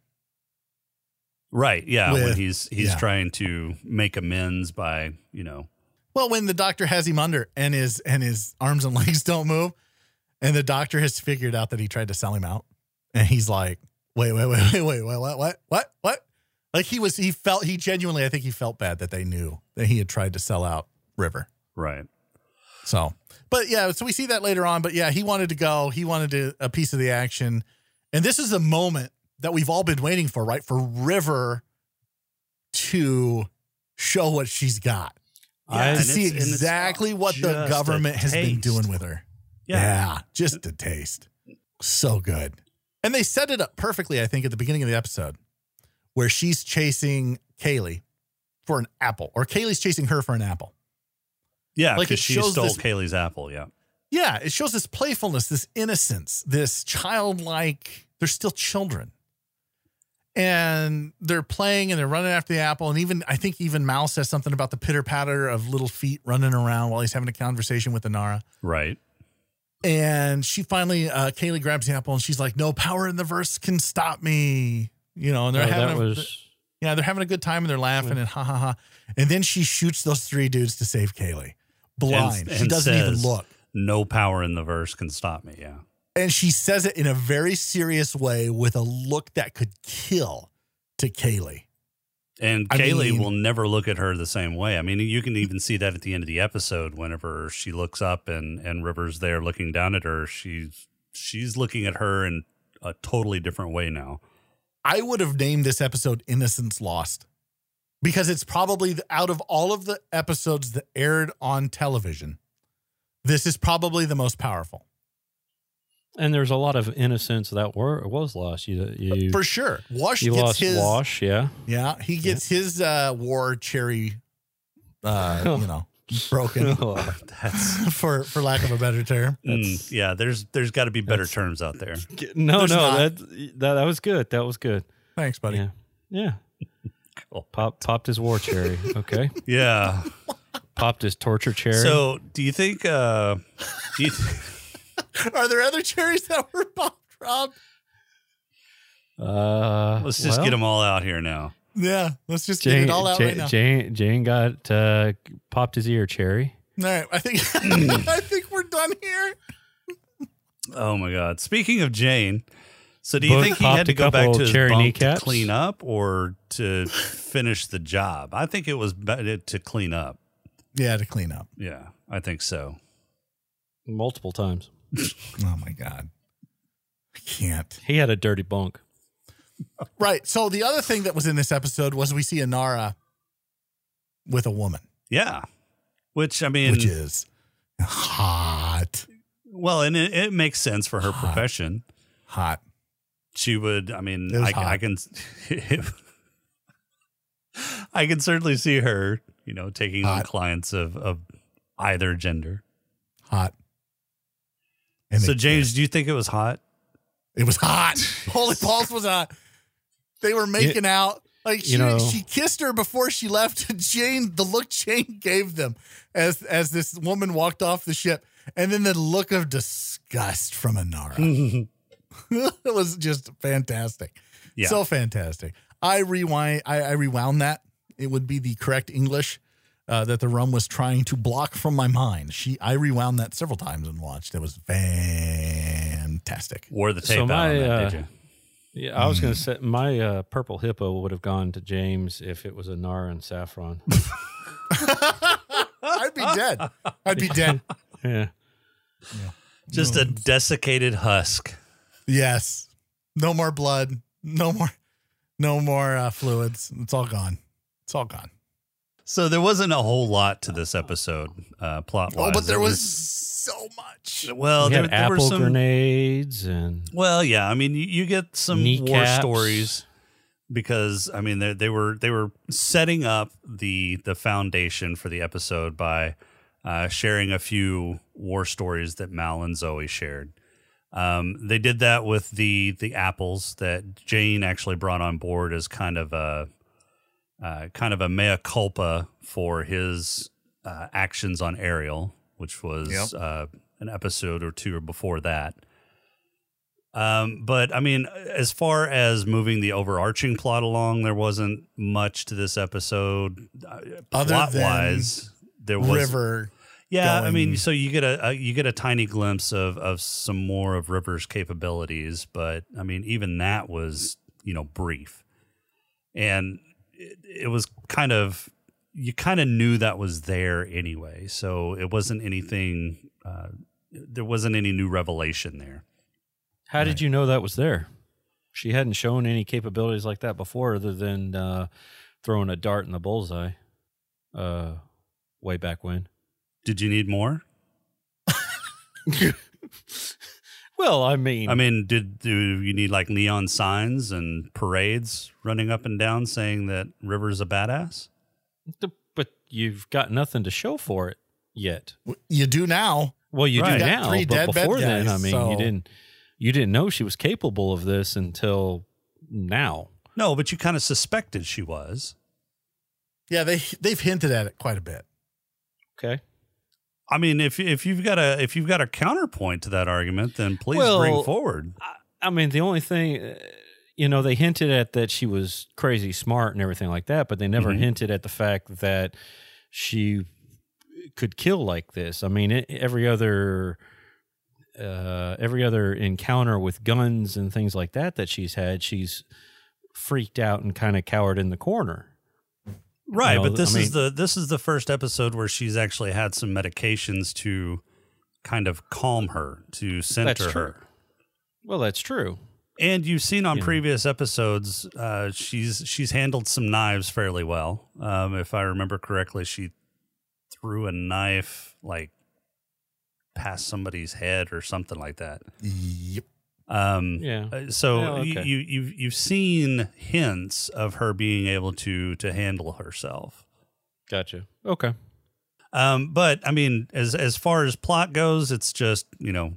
Speaker 1: Right. Yeah. when
Speaker 5: With-
Speaker 1: he's he's
Speaker 5: yeah.
Speaker 1: trying to make amends by, you know,
Speaker 5: Well, when the doctor has him under and his and his arms and legs don't move, and the doctor has figured out that he tried to sell him out, and he's like, "Wait, wait, wait, wait, wait, what, what, what, what, what?" Like he was, he felt, he genuinely, I think he felt bad that they knew that he had tried to sell out River.
Speaker 1: right.
Speaker 5: So, but yeah, so we see that later on. But yeah, he wanted to go. He wanted to, a piece of the action, and this is the moment that we've all been waiting for, right? For River to show what she's got
Speaker 1: Yeah,
Speaker 5: to
Speaker 1: and
Speaker 5: see
Speaker 1: it's- and it's
Speaker 5: exactly what the
Speaker 1: just
Speaker 5: government
Speaker 1: a
Speaker 5: has been
Speaker 1: taste.
Speaker 5: doing with her. Yeah. just a taste. So good. And they set it up perfectly, I think, at the beginning of the episode where she's chasing Kaylee for an apple, or Kaylee's chasing her for an apple.
Speaker 1: Yeah.
Speaker 5: Like,
Speaker 1: Because
Speaker 5: it
Speaker 1: she
Speaker 5: shows
Speaker 1: stole
Speaker 5: this-
Speaker 1: Kaylee's apple. Yeah.
Speaker 5: Yeah, it shows this playfulness, this innocence, this childlike, they're still children. And they're playing and they're running after the apple. And even, I think even Mal says something about the pitter patter of little feet running around while he's having a conversation with Inara.
Speaker 1: Right.
Speaker 5: And she finally, uh, Kaylee grabs the apple and she's like, "No power in the verse can stop me." You know, and they're
Speaker 4: Oh,
Speaker 5: having
Speaker 4: that
Speaker 5: a,
Speaker 4: was
Speaker 5: yeah, they're having a good time and they're laughing and ha ha ha. And then she shoots those three dudes to save Kaylee, blind.
Speaker 1: And-
Speaker 5: she
Speaker 1: and
Speaker 5: doesn't
Speaker 1: says-
Speaker 5: even look,
Speaker 1: No power in the verse can stop me. Yeah.
Speaker 5: and she says it in a very serious way with a look that could kill to Kaylee.
Speaker 1: And
Speaker 5: I
Speaker 1: Kaylee
Speaker 5: mean-
Speaker 1: will never look at her the same way. I mean, you can even see that at the end of the episode whenever she looks up and and River's there looking down at her, she's she's looking at her in a totally different way now.
Speaker 5: I would have named this episode Innocence Lost because it's probably the, out of all of the episodes that aired on television, this is probably the most powerful.
Speaker 4: and there's a lot of innocence that were was lost. You you,
Speaker 5: For sure. Wash
Speaker 4: you
Speaker 5: gets
Speaker 4: lost
Speaker 5: his
Speaker 4: Wash, yeah.
Speaker 5: Yeah, he gets his uh war cherry uh you know broken
Speaker 1: Oh, That's
Speaker 5: for for lack of a better term.
Speaker 1: mm, yeah, there's there's got to be better terms out there.
Speaker 4: no, no,
Speaker 5: There's not.
Speaker 4: that, that that was good. That was good.
Speaker 5: Thanks, buddy.
Speaker 4: Yeah, yeah.
Speaker 1: Cool.
Speaker 4: Pop popped his war cherry. Okay,
Speaker 1: Yeah.
Speaker 4: popped his torture cherry.
Speaker 1: So, do you think uh do you th-
Speaker 5: Are there other cherries that were popped, Rob?
Speaker 4: uh,
Speaker 1: let's just
Speaker 4: well,
Speaker 1: get them all out here now.
Speaker 5: Yeah, let's just
Speaker 4: Jane,
Speaker 5: get it all out
Speaker 4: Jane,
Speaker 5: right now.
Speaker 4: Jane, Jane got uh, popped his ear cherry.
Speaker 5: All right, I think I think we're done here.
Speaker 1: Oh my god. Speaking of Jane, so do you
Speaker 4: Book
Speaker 1: think he
Speaker 4: popped
Speaker 1: had to
Speaker 4: a
Speaker 1: go back
Speaker 4: couple
Speaker 1: to his
Speaker 4: cherry
Speaker 1: bunk
Speaker 4: kneecaps.
Speaker 1: to clean up or to finish the job? I think it was better to clean up.
Speaker 5: Yeah, to clean up.
Speaker 1: Yeah, I think so.
Speaker 4: multiple times.
Speaker 5: Oh my god. I can't.
Speaker 4: He had a dirty bunk.
Speaker 5: Right. So the other thing that was in this episode was we see Inara with a woman,
Speaker 1: Yeah. Which I mean,
Speaker 5: which is hot.
Speaker 1: well, and it, it makes sense for her profession.
Speaker 5: Hot.
Speaker 1: She would, I mean,
Speaker 5: It was
Speaker 1: I, I
Speaker 5: hot.
Speaker 1: can, I can certainly see her, you know, taking on
Speaker 5: Hot.
Speaker 1: clients of, of either gender.
Speaker 5: Hot. And
Speaker 1: so,
Speaker 5: they
Speaker 1: James, do you think it was hot?
Speaker 5: It was hot. Holy Pulse was hot. They were making out. Like she,
Speaker 4: you know-
Speaker 5: she kissed her before she left. Jane, the look Jane gave them as as this woman walked off the ship, and then the look of disgust from Anara. it was just fantastic.
Speaker 1: Yeah.
Speaker 5: So fantastic. I rewind. I, I rewound that. It would be the correct English uh, that the rum was trying to block from my mind. She. I rewound that several times and watched. It was fantastic.
Speaker 1: Wore the
Speaker 4: So
Speaker 1: tape out
Speaker 4: my,
Speaker 1: on that,
Speaker 4: uh,
Speaker 1: did you?
Speaker 4: Yeah, I was going
Speaker 1: Mm.
Speaker 4: to say my uh, purple hippo would have gone to James if it was a Nara and saffron.
Speaker 5: I'd be dead. I'd be dead.
Speaker 4: yeah,
Speaker 1: Just a desiccated husk.
Speaker 5: Yes. No more blood. No more. No more uh, fluids. It's all gone. It's all gone.
Speaker 1: So there wasn't a whole lot to this episode uh, plot wise.
Speaker 5: Oh, but there was so much.
Speaker 1: well,
Speaker 4: we
Speaker 1: there,
Speaker 4: had
Speaker 1: there were
Speaker 4: apple
Speaker 1: some.
Speaker 4: grenades and
Speaker 1: Well, yeah, I mean, you, you get some war
Speaker 4: Kneecaps.
Speaker 1: stories because I mean they they were they were setting up the the foundation for the episode by uh, sharing a few war stories that Mal and Zoe shared. Um, they did that with the the apples that Jane actually brought on board as kind of a uh, kind of a mea culpa for his uh, actions on Ariel, which was
Speaker 5: Yep.
Speaker 1: uh, an episode or two before that. Um, but I mean, as far as moving the overarching plot along, there wasn't much to this episode.
Speaker 5: Other
Speaker 1: plot
Speaker 5: than
Speaker 1: wise, there was
Speaker 5: River.
Speaker 1: yeah, I
Speaker 5: going-
Speaker 1: mean, so you get a, a you get a tiny glimpse of of some more of River's capabilities, but I mean, even that was you know brief, and it, it was kind of you kind of knew that was there anyway, so it wasn't anything. Uh, there wasn't any new revelation there.
Speaker 4: how did you know that was there? She hadn't shown any capabilities like that before, other than uh, throwing a dart in the bullseye. Uh, way back when.
Speaker 1: Did you need more?
Speaker 4: Well, I mean,
Speaker 1: I mean, did do you need like neon signs and parades running up and down saying that River's a badass?
Speaker 4: th- but you've got nothing to show for it yet.
Speaker 5: You do now.
Speaker 4: Well, you
Speaker 1: Right.
Speaker 4: do
Speaker 5: Got
Speaker 4: now,
Speaker 5: three
Speaker 4: but
Speaker 5: dead bed
Speaker 4: before then,
Speaker 5: guys,
Speaker 4: I mean,
Speaker 5: so-
Speaker 4: you didn't you didn't know she was capable of this until now.
Speaker 1: No, but you kind of suspected she was.
Speaker 5: Yeah, they they've hinted at it quite a bit.
Speaker 4: Okay.
Speaker 1: I mean, if if you've got a if you've got a counterpoint to that argument, then please
Speaker 4: Well-
Speaker 1: bring forward.
Speaker 4: I mean, the only thing, uh, you know, they hinted at that she was crazy smart and everything like that, but they never
Speaker 1: Mhm.
Speaker 4: hinted at the fact that she could kill like this. I mean, it, every other. Uh, every other encounter with guns and things like that that she's had, she's freaked out and kind of cowered in the corner.
Speaker 1: Right,
Speaker 4: No,
Speaker 1: but this
Speaker 4: I
Speaker 1: is the this is the first episode where she's actually had some medications to kind of calm her, to
Speaker 4: That's
Speaker 1: center
Speaker 4: true.
Speaker 1: her.
Speaker 4: Well, that's true.
Speaker 1: And you've seen on
Speaker 4: Yeah.
Speaker 1: previous episodes, uh, she's she's handled some knives fairly well. Um, if I remember correctly, she threw a knife like past somebody's head or something like that.
Speaker 5: Yep.
Speaker 1: Um,
Speaker 4: Yeah.
Speaker 1: uh, So
Speaker 4: Oh,
Speaker 1: you
Speaker 4: okay.
Speaker 1: you, you've you've seen hints of her being able to to handle herself.
Speaker 4: Gotcha. Uh, Okay.
Speaker 1: Um, but I mean, as as far as plot goes, it's just you know,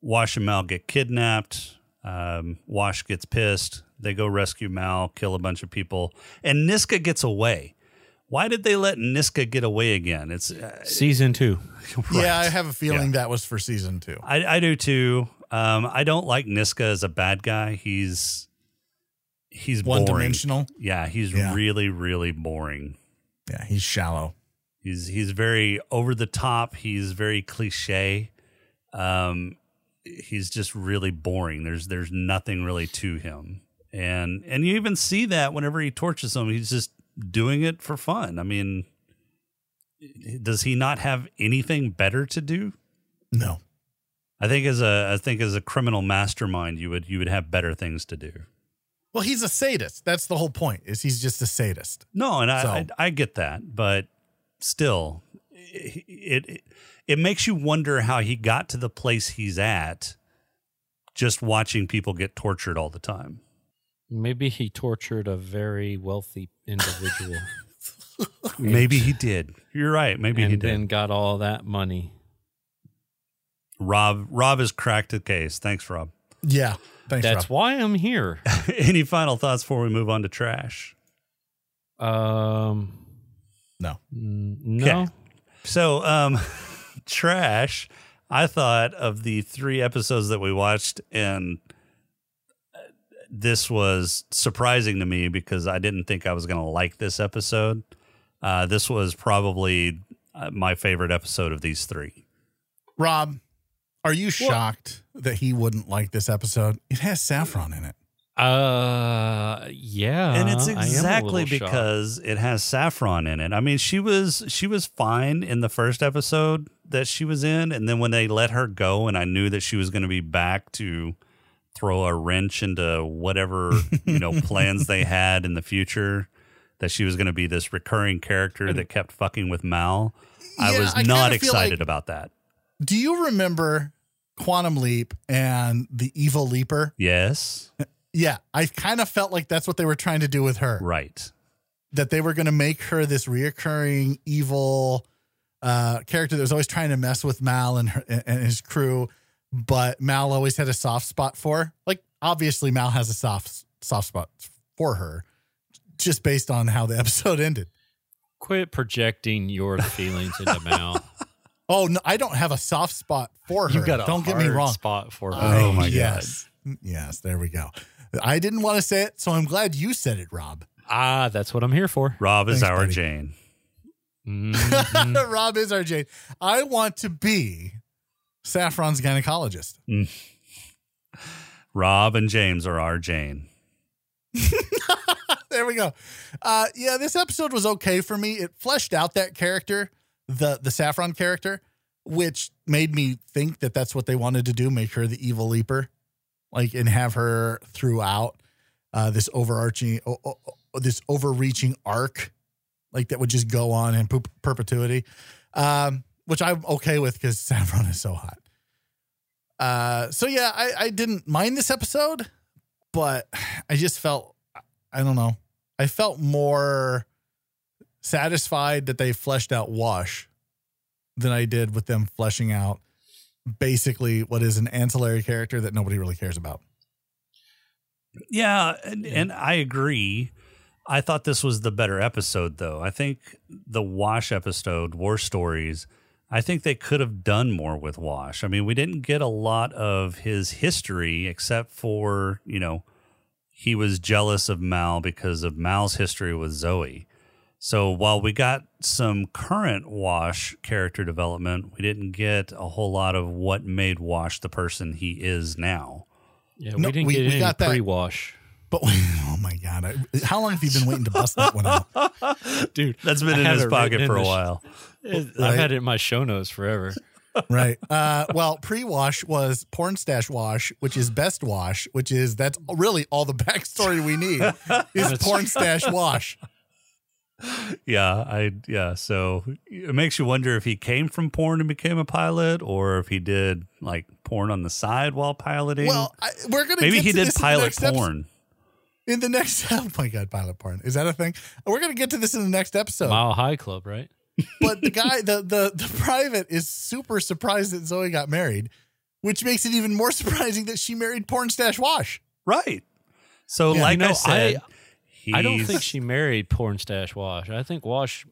Speaker 1: Wash and Mal get kidnapped. Um, Wash gets pissed. They go rescue Mal, kill a bunch of people, and Niska gets away. Why did they let Niska get away again? It's uh,
Speaker 4: Season two.
Speaker 5: Yeah, I have a feeling that was for season two.
Speaker 1: I, I do too. Um, I don't like Niska as a bad guy. He's he's
Speaker 5: One
Speaker 1: boring.
Speaker 5: dimensional.
Speaker 1: Yeah, he's
Speaker 5: Yeah.
Speaker 1: really, really boring.
Speaker 5: Yeah, he's shallow.
Speaker 1: He's he's very over the top. He's very cliche. Um, he's just really boring. There's there's nothing really to him, and and you even see that whenever he tortures them, he's just doing it for fun. I mean, does he not have anything better to do?
Speaker 5: No.
Speaker 1: I think as a I think as a criminal mastermind, you would you would have better things to do.
Speaker 5: Well, he's a sadist. That's the whole point. Is he's just a sadist?
Speaker 1: No, and I,
Speaker 5: So-
Speaker 1: I I get that, but still, it, it it makes you wonder how he got to the place he's at, just watching people get tortured all the time.
Speaker 4: Maybe he tortured a very wealthy individual
Speaker 1: Maybe he did. You're right. Maybe he
Speaker 4: and
Speaker 1: did.
Speaker 4: then got all that money.
Speaker 1: Rob Rob has cracked the case. Thanks, Rob.
Speaker 5: Yeah. Thanks,
Speaker 4: That's
Speaker 5: Rob.
Speaker 4: why I'm here.
Speaker 1: Any final thoughts before we move on to trash?
Speaker 4: Um,
Speaker 5: No.
Speaker 4: n- no.
Speaker 1: Okay. So, um, trash. I thought of the three episodes that we watched, and uh, this was surprising to me because I didn't think I was going to like this episode. Uh, this was probably uh, my favorite episode of these three.
Speaker 5: Rob, are you shocked that he wouldn't like this episode? It has saffron in it.
Speaker 4: Uh, yeah.
Speaker 1: and it's
Speaker 5: Uh-huh.
Speaker 4: I am a little
Speaker 1: exactly
Speaker 4: shocked.
Speaker 1: because it has saffron in it. I mean, she was she was fine in the first episode that she was in, and then when they let her go, and I knew that she was going to be back to throw a wrench into whatever you know plans they had in the future. That she was going to be this recurring character that kept fucking with Mal. I
Speaker 5: Yeah,
Speaker 1: was
Speaker 5: I
Speaker 1: not
Speaker 5: kinda feel
Speaker 1: excited
Speaker 5: like-
Speaker 1: about that.
Speaker 5: Do you remember Quantum Leap and the Evil Leaper?
Speaker 1: Yes,
Speaker 5: Yeah, I kind of felt like that's what they were trying to do with her.
Speaker 1: right.
Speaker 5: That they were going to make her this reoccurring evil uh, character that was always trying to mess with Mal and, her, and his crew, but Mal always had a soft spot for. her. Like obviously, Mal has a soft soft spot for her, just based on how the episode ended.
Speaker 4: Quit projecting your feelings into Mal.
Speaker 5: Oh no, I don't have a soft spot for her.
Speaker 4: You've got a
Speaker 5: don't get me
Speaker 4: hard
Speaker 5: wrong.
Speaker 4: spot for her.
Speaker 1: Oh, my God.
Speaker 5: yes. God. Yes, there we go. I didn't want to say it, so I'm glad you said it, Rob.
Speaker 4: Ah, that's what I'm here for.
Speaker 1: Rob is
Speaker 5: Thanks,
Speaker 1: our
Speaker 5: buddy.
Speaker 1: Jane.
Speaker 4: Mhm.
Speaker 1: Mm-hmm.
Speaker 5: Rob is our Jane. I want to be Saffron's gynecologist.
Speaker 1: Rob and James are our Jane.
Speaker 5: There we go. Uh, yeah, this episode was okay for me. It fleshed out that character, the the Saffron character, which made me think that that's what they wanted to do: make her the evil leaper, like, and have her throughout uh, this overarching, o- o- o- this overreaching arc, like that would just go on in poop- perpetuity, um, which I'm okay with because Saffron is so hot. Uh, so yeah, I, I didn't mind this episode, but I just felt I don't know. I felt more satisfied that they fleshed out Wash than I did with them fleshing out basically what is an ancillary character that nobody really cares about.
Speaker 1: Yeah, and, and I agree. I thought this was the better episode, though. I think the Wash episode, War Stories, I think they could have done more with Wash. I mean, we didn't get a lot of his history except for, you know, he was jealous of Mal because of Mal's history with Zoe. So while we got some current Wash character development, we didn't get a whole lot of what made Wash the person he is now.
Speaker 4: Yeah,
Speaker 5: No,
Speaker 4: we didn't
Speaker 5: we-
Speaker 4: get
Speaker 5: we
Speaker 4: any
Speaker 5: got that.
Speaker 4: pre-wash,
Speaker 5: But oh my god, I, how long have you been waiting to bust that one out?
Speaker 4: dude.
Speaker 1: That's been
Speaker 4: I
Speaker 1: in
Speaker 4: have
Speaker 1: his
Speaker 4: it
Speaker 1: pocket
Speaker 4: written
Speaker 1: for
Speaker 4: in
Speaker 1: a
Speaker 4: the sh-
Speaker 1: while.
Speaker 4: I've had it in my show notes forever.
Speaker 5: Right. Uh, well, pre-wash was porn stash wash, which is best wash, which is that's really all the backstory we need is porn stash wash.
Speaker 1: Yeah, I yeah. So it makes you wonder if he came from porn and became a pilot, or if he did like porn on the side while piloting.
Speaker 5: Well, I, we're gonna
Speaker 1: maybe
Speaker 5: get
Speaker 1: he
Speaker 5: to
Speaker 1: did
Speaker 5: this in the
Speaker 1: pilot
Speaker 5: next episode.
Speaker 1: porn.
Speaker 5: in the next oh my god pilot porn is that a thing we're gonna get to this in the next episode
Speaker 4: Mile High Club, right?
Speaker 5: but the guy the, the the private is super surprised that zoe got married which makes it even more surprising that she married porn stash wash
Speaker 1: Right. So,
Speaker 5: Yeah,
Speaker 1: like
Speaker 4: you know,
Speaker 1: I said,
Speaker 4: I don't
Speaker 1: he's-
Speaker 4: think she married porn stash Wash. I think Wash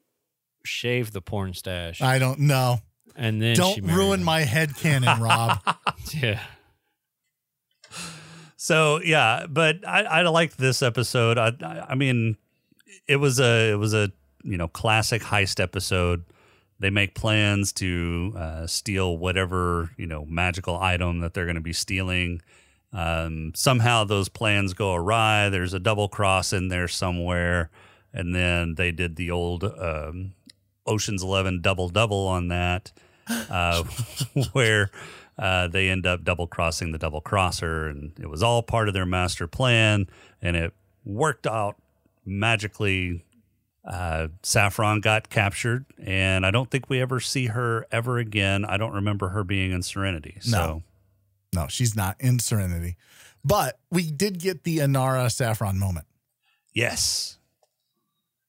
Speaker 4: shaved the porn stash,
Speaker 5: i don't know
Speaker 4: and then
Speaker 5: don't
Speaker 4: she married
Speaker 5: ruin
Speaker 4: him.
Speaker 5: my head cannon rob
Speaker 4: yeah.
Speaker 1: So yeah, but I I like this episode. I I- I mean, it was a it was a you know classic heist episode. They make plans to uh, steal whatever you know magical item that they're going to be stealing. Um, somehow those plans go awry. There's a double cross in there somewhere, and then they did the old um, Ocean's Eleven double double on that, uh, where uh, they end up double crossing the double crosser, and it was all part of their master plan, and it worked out magically. Uh, Saffron got captured, and I don't think we ever see her ever again. I don't remember her being in Serenity. So
Speaker 5: No. no she's not in serenity but we did get the anara saffron moment
Speaker 1: yes,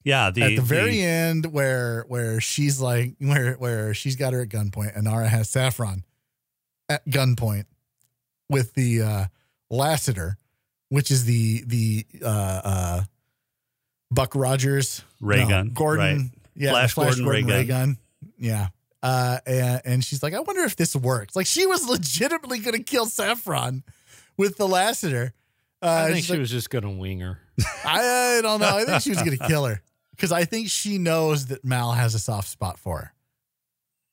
Speaker 1: yeah. The,
Speaker 5: at the very
Speaker 1: the-
Speaker 5: end where where she's like where where she's got her at gunpoint and Nara has Saffron at gunpoint with the uh Lassiter, which is the the uh uh Buck Rogers
Speaker 1: ray
Speaker 5: no,
Speaker 1: gun,
Speaker 5: Gordon
Speaker 1: right.
Speaker 5: yeah
Speaker 1: Flash
Speaker 5: the Flash
Speaker 1: Gordon
Speaker 5: Gordon,
Speaker 1: ray
Speaker 5: ray, gun. yeah uh and, and she's like I wonder if this works like she was legitimately gonna kill Saffron with the Lassiter
Speaker 4: I
Speaker 5: uh,
Speaker 4: think
Speaker 5: she's
Speaker 4: she
Speaker 5: like,
Speaker 4: was just gonna wing her.
Speaker 5: I, I don't know. I think she was going to kill her because I think she knows that Mal has a soft spot for her.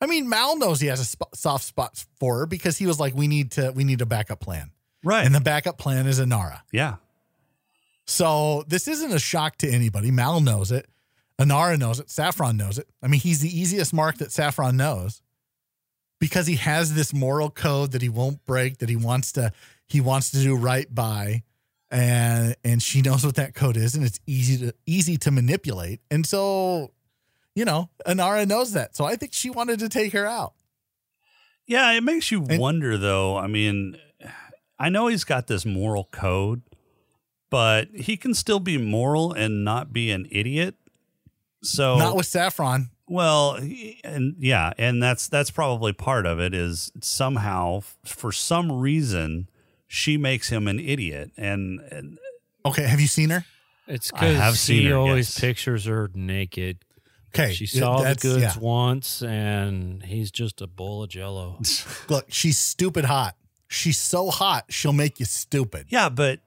Speaker 5: I mean, Mal knows he has a sp- soft spot for her because he was like, "We need to, we need a backup plan,"
Speaker 1: right?
Speaker 5: and the backup plan is Anara.
Speaker 1: yeah,
Speaker 5: So this isn't a shock to anybody. Mal knows it. Anara knows it. Saffron knows it. I mean, he's the easiest mark that Saffron knows because he has this moral code that he won't break, that he wants to, he wants to do right by and and she knows what that code is and it's easy to easy to manipulate. And so, you know, Anara knows that. So I think she wanted to take her out.
Speaker 1: Yeah, it makes you
Speaker 5: And-
Speaker 1: wonder though. I mean, I know he's got this moral code, but he can still be moral and not be an idiot. So
Speaker 4: Oh.
Speaker 5: Not with Saffron.
Speaker 1: well, he- and yeah, and that's that's probably part of it is somehow f- for some reason she makes him an idiot and, and
Speaker 5: Okay, have you seen her?
Speaker 4: It's
Speaker 1: I have
Speaker 4: because
Speaker 1: seen
Speaker 4: he
Speaker 1: her,
Speaker 4: always
Speaker 1: yes.
Speaker 4: pictures her naked.
Speaker 5: Okay.
Speaker 4: she saw the
Speaker 5: that's-
Speaker 4: goods
Speaker 5: yeah.
Speaker 4: once, and he's just a bowl of jello.
Speaker 5: Look, she's stupid hot. She's so hot, she'll make you stupid.
Speaker 1: yeah, but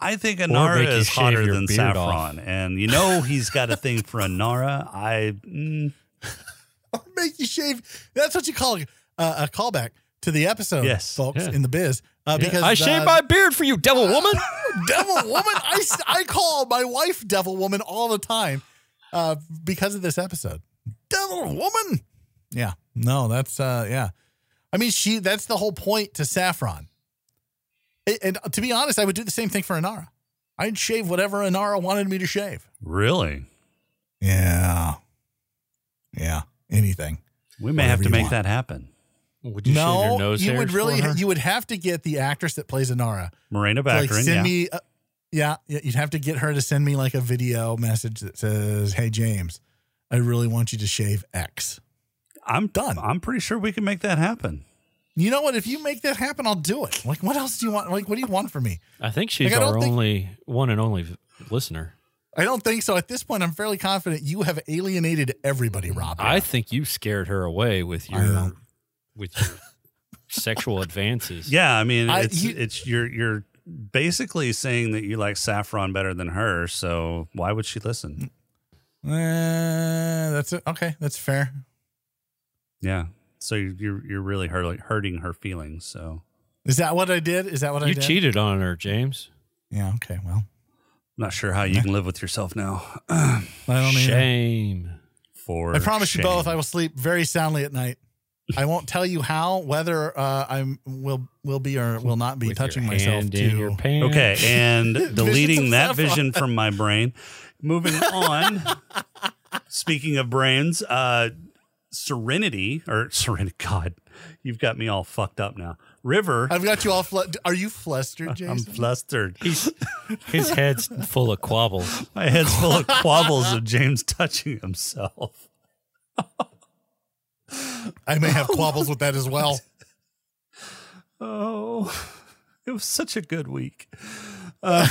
Speaker 1: I think
Speaker 4: make
Speaker 1: Anara
Speaker 4: you
Speaker 1: is
Speaker 4: shave
Speaker 1: hotter
Speaker 4: your
Speaker 1: than
Speaker 4: beard
Speaker 1: Saffron,
Speaker 4: off.
Speaker 1: and you know he's got a thing for Anara. I mm,
Speaker 5: make you shave. That's what you call a, a callback to the episode,
Speaker 1: Yes.
Speaker 5: folks,
Speaker 4: Yeah.
Speaker 5: in the biz. Uh, Because
Speaker 4: I
Speaker 5: the-
Speaker 4: shaved my beard for you, devil woman.
Speaker 5: devil woman. I, s- I call my wife devil woman all the time uh, because of this episode. Devil woman. Yeah. No, that's uh, yeah. I mean, she. That's the whole point to Saffron. A- And, uh, to be honest, I would do the same thing for Inara. I'd shave whatever Inara wanted me to shave.
Speaker 1: really
Speaker 5: Yeah. Yeah. Anything.
Speaker 1: we may
Speaker 5: Whatever
Speaker 1: have to
Speaker 5: you
Speaker 1: make
Speaker 5: want.
Speaker 1: that happen.
Speaker 4: Would you shave your nose
Speaker 5: you
Speaker 4: hairs
Speaker 5: would
Speaker 4: for
Speaker 5: really
Speaker 4: her?
Speaker 5: you would have to get the actress that plays Inara
Speaker 1: Marina
Speaker 5: to like
Speaker 1: Baccarin,
Speaker 5: send
Speaker 1: yeah.
Speaker 5: me. A, yeah, yeah, you'd have to get her to send me like a video message that says, "Hey James, I really want you to shave X."
Speaker 1: I'm
Speaker 5: done.
Speaker 1: I'm pretty sure we can make that happen.
Speaker 5: You know what? If you make that happen, I'll do it. Like, what else do you want? Like, what do you want from me?
Speaker 4: I think she's
Speaker 5: Like, I don't
Speaker 4: our
Speaker 5: think-
Speaker 4: only one and only v- listener.
Speaker 5: I don't think so. At this point, I'm fairly confident you have alienated everybody, Rob.
Speaker 4: I think you scared her away with
Speaker 5: I
Speaker 4: your
Speaker 5: know.
Speaker 4: with your sexual advances.
Speaker 1: Yeah, I mean,
Speaker 5: I-
Speaker 1: it's
Speaker 5: you-
Speaker 1: it's you're you're basically saying that you like Saffron better than her, so why would she
Speaker 5: Mm.
Speaker 1: listen?
Speaker 5: Uh, that's it. Okay, that's fair.
Speaker 1: Yeah. So you're you're, you're really hurting hurting her feelings. So
Speaker 5: Is that what I did? Is that what I
Speaker 4: you
Speaker 5: did?
Speaker 4: cheated on her, James.
Speaker 5: Yeah. Okay. Well,
Speaker 1: I'm not sure how you can live with yourself now.
Speaker 5: I don't either.
Speaker 4: Shame.
Speaker 1: For
Speaker 5: I promise you both, I
Speaker 1: shame.
Speaker 5: will sleep very soundly at night. I won't tell you how, whether uh, I'm will will be or will not be
Speaker 4: With your
Speaker 5: touching myself
Speaker 4: hand
Speaker 5: to.
Speaker 4: in your pants.
Speaker 1: Okay, and
Speaker 5: Visions
Speaker 1: deleting
Speaker 5: of
Speaker 1: that
Speaker 5: Saffron.
Speaker 1: vision from my brain. Moving on. Speaking of brains, uh Serenity or Serenity God, you've got me all fucked up now. River,
Speaker 5: I've got you all. Fl- Are you flustered, Jason?
Speaker 1: I'm flustered.
Speaker 4: His head's full of quabbles.
Speaker 1: My head's full of quabbles of James touching himself.
Speaker 5: I may have quabbles with that as well.
Speaker 1: Oh, it was such a good week. Uh,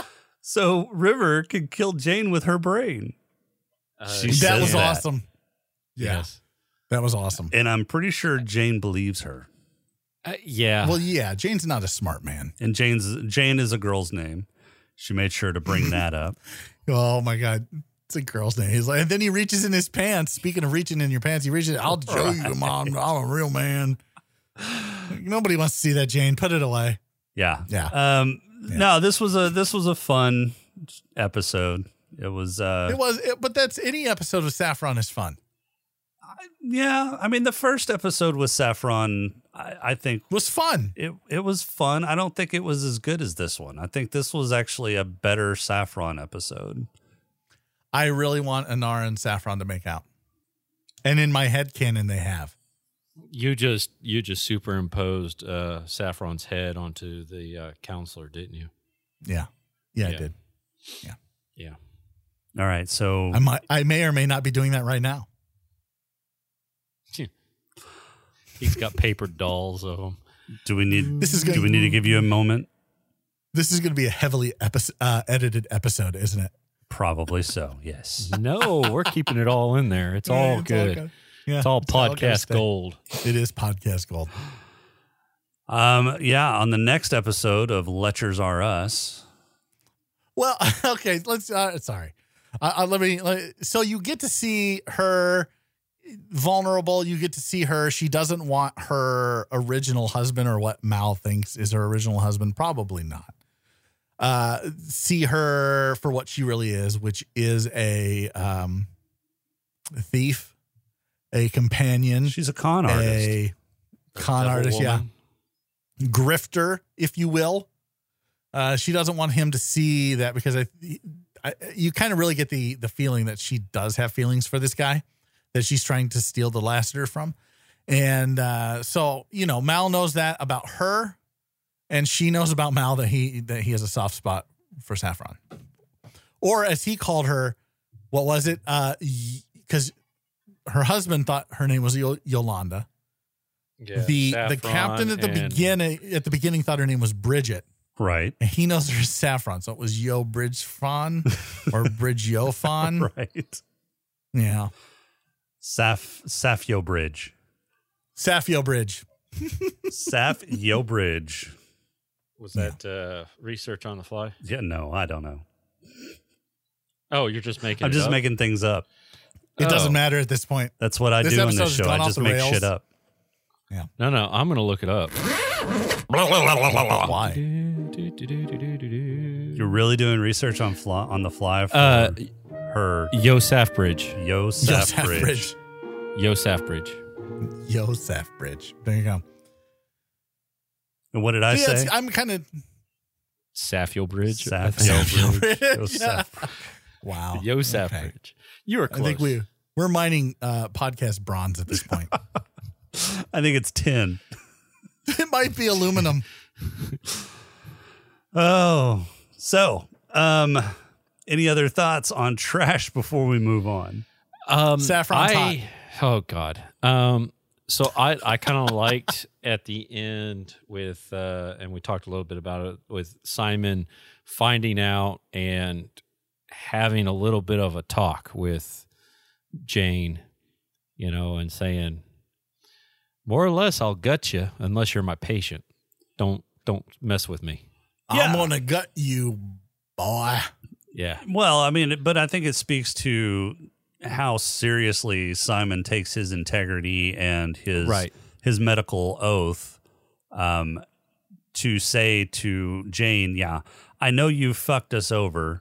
Speaker 1: so River can kill Jane with her brain,
Speaker 4: Uh,
Speaker 1: She
Speaker 4: yeah.
Speaker 5: that
Speaker 1: says
Speaker 5: was
Speaker 1: that.
Speaker 5: awesome. Yeah,
Speaker 4: Yes.
Speaker 5: that was awesome.
Speaker 1: and I'm pretty sure Jane believes her.
Speaker 4: Uh, yeah.
Speaker 5: Well, yeah, Jane's not a smart man.
Speaker 1: And Jane's Jane is a girl's name. She made sure to bring that up.
Speaker 5: Oh my god, it's a girl's name. He's like, and then he reaches in his pants. Speaking of reaching in your pants, he reaches. I'll show you, mom. I'm a real man. Nobody wants to see that, Jane. Put it away.
Speaker 1: Yeah.
Speaker 5: Yeah.
Speaker 1: Um. No, this was a this was a fun episode. It was. Uh,
Speaker 5: It was, it, but that's any episode of Saffron is fun.
Speaker 1: yeah. I mean, the first episode with Saffron, I, I think
Speaker 5: was fun.
Speaker 1: it it was fun. I don't think it was as good as this one. I think this was actually a better Saffron episode.
Speaker 5: I really want Anara and Saffron to make out. And in my head canon, they have.
Speaker 4: you just you just superimposed uh, Saffron's head onto the uh, counselor, didn't you?
Speaker 5: Yeah. Yeah, I
Speaker 4: Yeah.
Speaker 5: did.
Speaker 4: Yeah.
Speaker 1: All right, so
Speaker 5: I might, I may or may not be doing that right now.
Speaker 4: He's got paper dolls of them.
Speaker 1: do we need
Speaker 5: This is
Speaker 1: do
Speaker 5: gonna-
Speaker 1: we need to give you a moment?
Speaker 5: This is going to be a heavily episode, uh, edited episode, isn't it?
Speaker 1: Probably so. Yes.
Speaker 4: No, we're keeping it all in there. It's all good.
Speaker 5: Yeah,
Speaker 4: It's all
Speaker 5: gonna
Speaker 4: podcast
Speaker 5: stay.
Speaker 4: gold.
Speaker 5: It is podcast gold.
Speaker 1: Um. Yeah. On the next episode of Letchers Are Us.
Speaker 5: Well, okay, let's. Uh, sorry, uh, uh, let me. let- so you get to see her vulnerable. You get to see her. She doesn't want her original husband, or what Mal thinks is her original husband. Probably not. Uh, see her for what she really is, which is a um, thief, a companion,
Speaker 1: She's a con artist.
Speaker 5: a con
Speaker 4: Devil
Speaker 5: artist. Yeah,
Speaker 4: woman.
Speaker 5: grifter, if you will. Uh, she doesn't want him to see that because I, I you kind of really get the the feeling that she does have feelings for this guy that she's trying to steal the Lassiter from. And uh, so, you know, Mal knows that about her, and she knows about Mal that he that he has a soft spot for Saffron, or as he called her, what was it? Because her husband thought her name was Yo- Yolanda.
Speaker 4: Yeah,
Speaker 5: the the
Speaker 4: Saffron
Speaker 5: captain at the
Speaker 4: and-
Speaker 5: beginning at the beginning thought her name was Bridget.
Speaker 1: Right.
Speaker 5: And he knows her as Saffron, so it was Yo Bridgefon or Bridge Yofon.
Speaker 1: Right.
Speaker 5: Yeah.
Speaker 1: Saf Safio Bridge.
Speaker 5: Safio Bridge.
Speaker 1: Safio Bridge.
Speaker 4: Was that uh, research on the fly?
Speaker 1: Yeah, no, I don't know.
Speaker 4: Oh, you're just making.
Speaker 1: I'm
Speaker 4: it
Speaker 1: just
Speaker 4: up?
Speaker 1: making things up.
Speaker 5: It
Speaker 4: Oh.
Speaker 5: doesn't matter at this point.
Speaker 1: That's what I
Speaker 5: This
Speaker 1: do on
Speaker 5: episode
Speaker 1: this
Speaker 5: has
Speaker 1: show.
Speaker 5: gone
Speaker 1: I
Speaker 5: off
Speaker 1: just
Speaker 5: the
Speaker 1: make
Speaker 5: rails.
Speaker 1: shit up.
Speaker 4: No, no, I'm gonna look it up.
Speaker 5: Why?
Speaker 1: You're really doing research on fly, on the fly for
Speaker 4: Uh,
Speaker 1: her
Speaker 4: Yosaf Bridge.
Speaker 1: Yo
Speaker 5: Yo
Speaker 1: Saf Bridge.
Speaker 4: Yosaf Bridge.
Speaker 5: Yo Saf Bridge. There you go.
Speaker 1: And what did I
Speaker 5: Yeah,
Speaker 1: say?
Speaker 5: it's- I'm kind of
Speaker 4: Safio Bridge. I
Speaker 1: Saf
Speaker 4: think.
Speaker 1: Yo Bridge.
Speaker 5: Bridge,
Speaker 1: Yo
Speaker 5: yeah.
Speaker 1: Saf.
Speaker 5: wow.
Speaker 4: Yosaf
Speaker 5: Okay.
Speaker 4: Bridge. You were
Speaker 5: I
Speaker 4: close.
Speaker 5: think we we're mining uh, podcast bronze at this point.
Speaker 1: I think it's ten.
Speaker 5: it might be aluminum.
Speaker 1: Oh, so um, any other thoughts on trash before we move on?
Speaker 4: Um,
Speaker 5: Saffron's
Speaker 4: I, Oh God. Um, so I, I kind of liked at the end with, uh, and we talked a little bit about it with Simon finding out and having a little bit of a talk with Jane, you know, and saying, more or less, I'll gut you unless you're my patient. Don't don't mess with me.
Speaker 1: Yeah.
Speaker 5: I'm gonna gut you, boy.
Speaker 4: Yeah.
Speaker 1: Well, I mean, but I think it speaks to how seriously Simon takes his integrity and his
Speaker 4: Right.
Speaker 1: his medical oath um, to say to Jane, "Yeah, I know you fucked us over,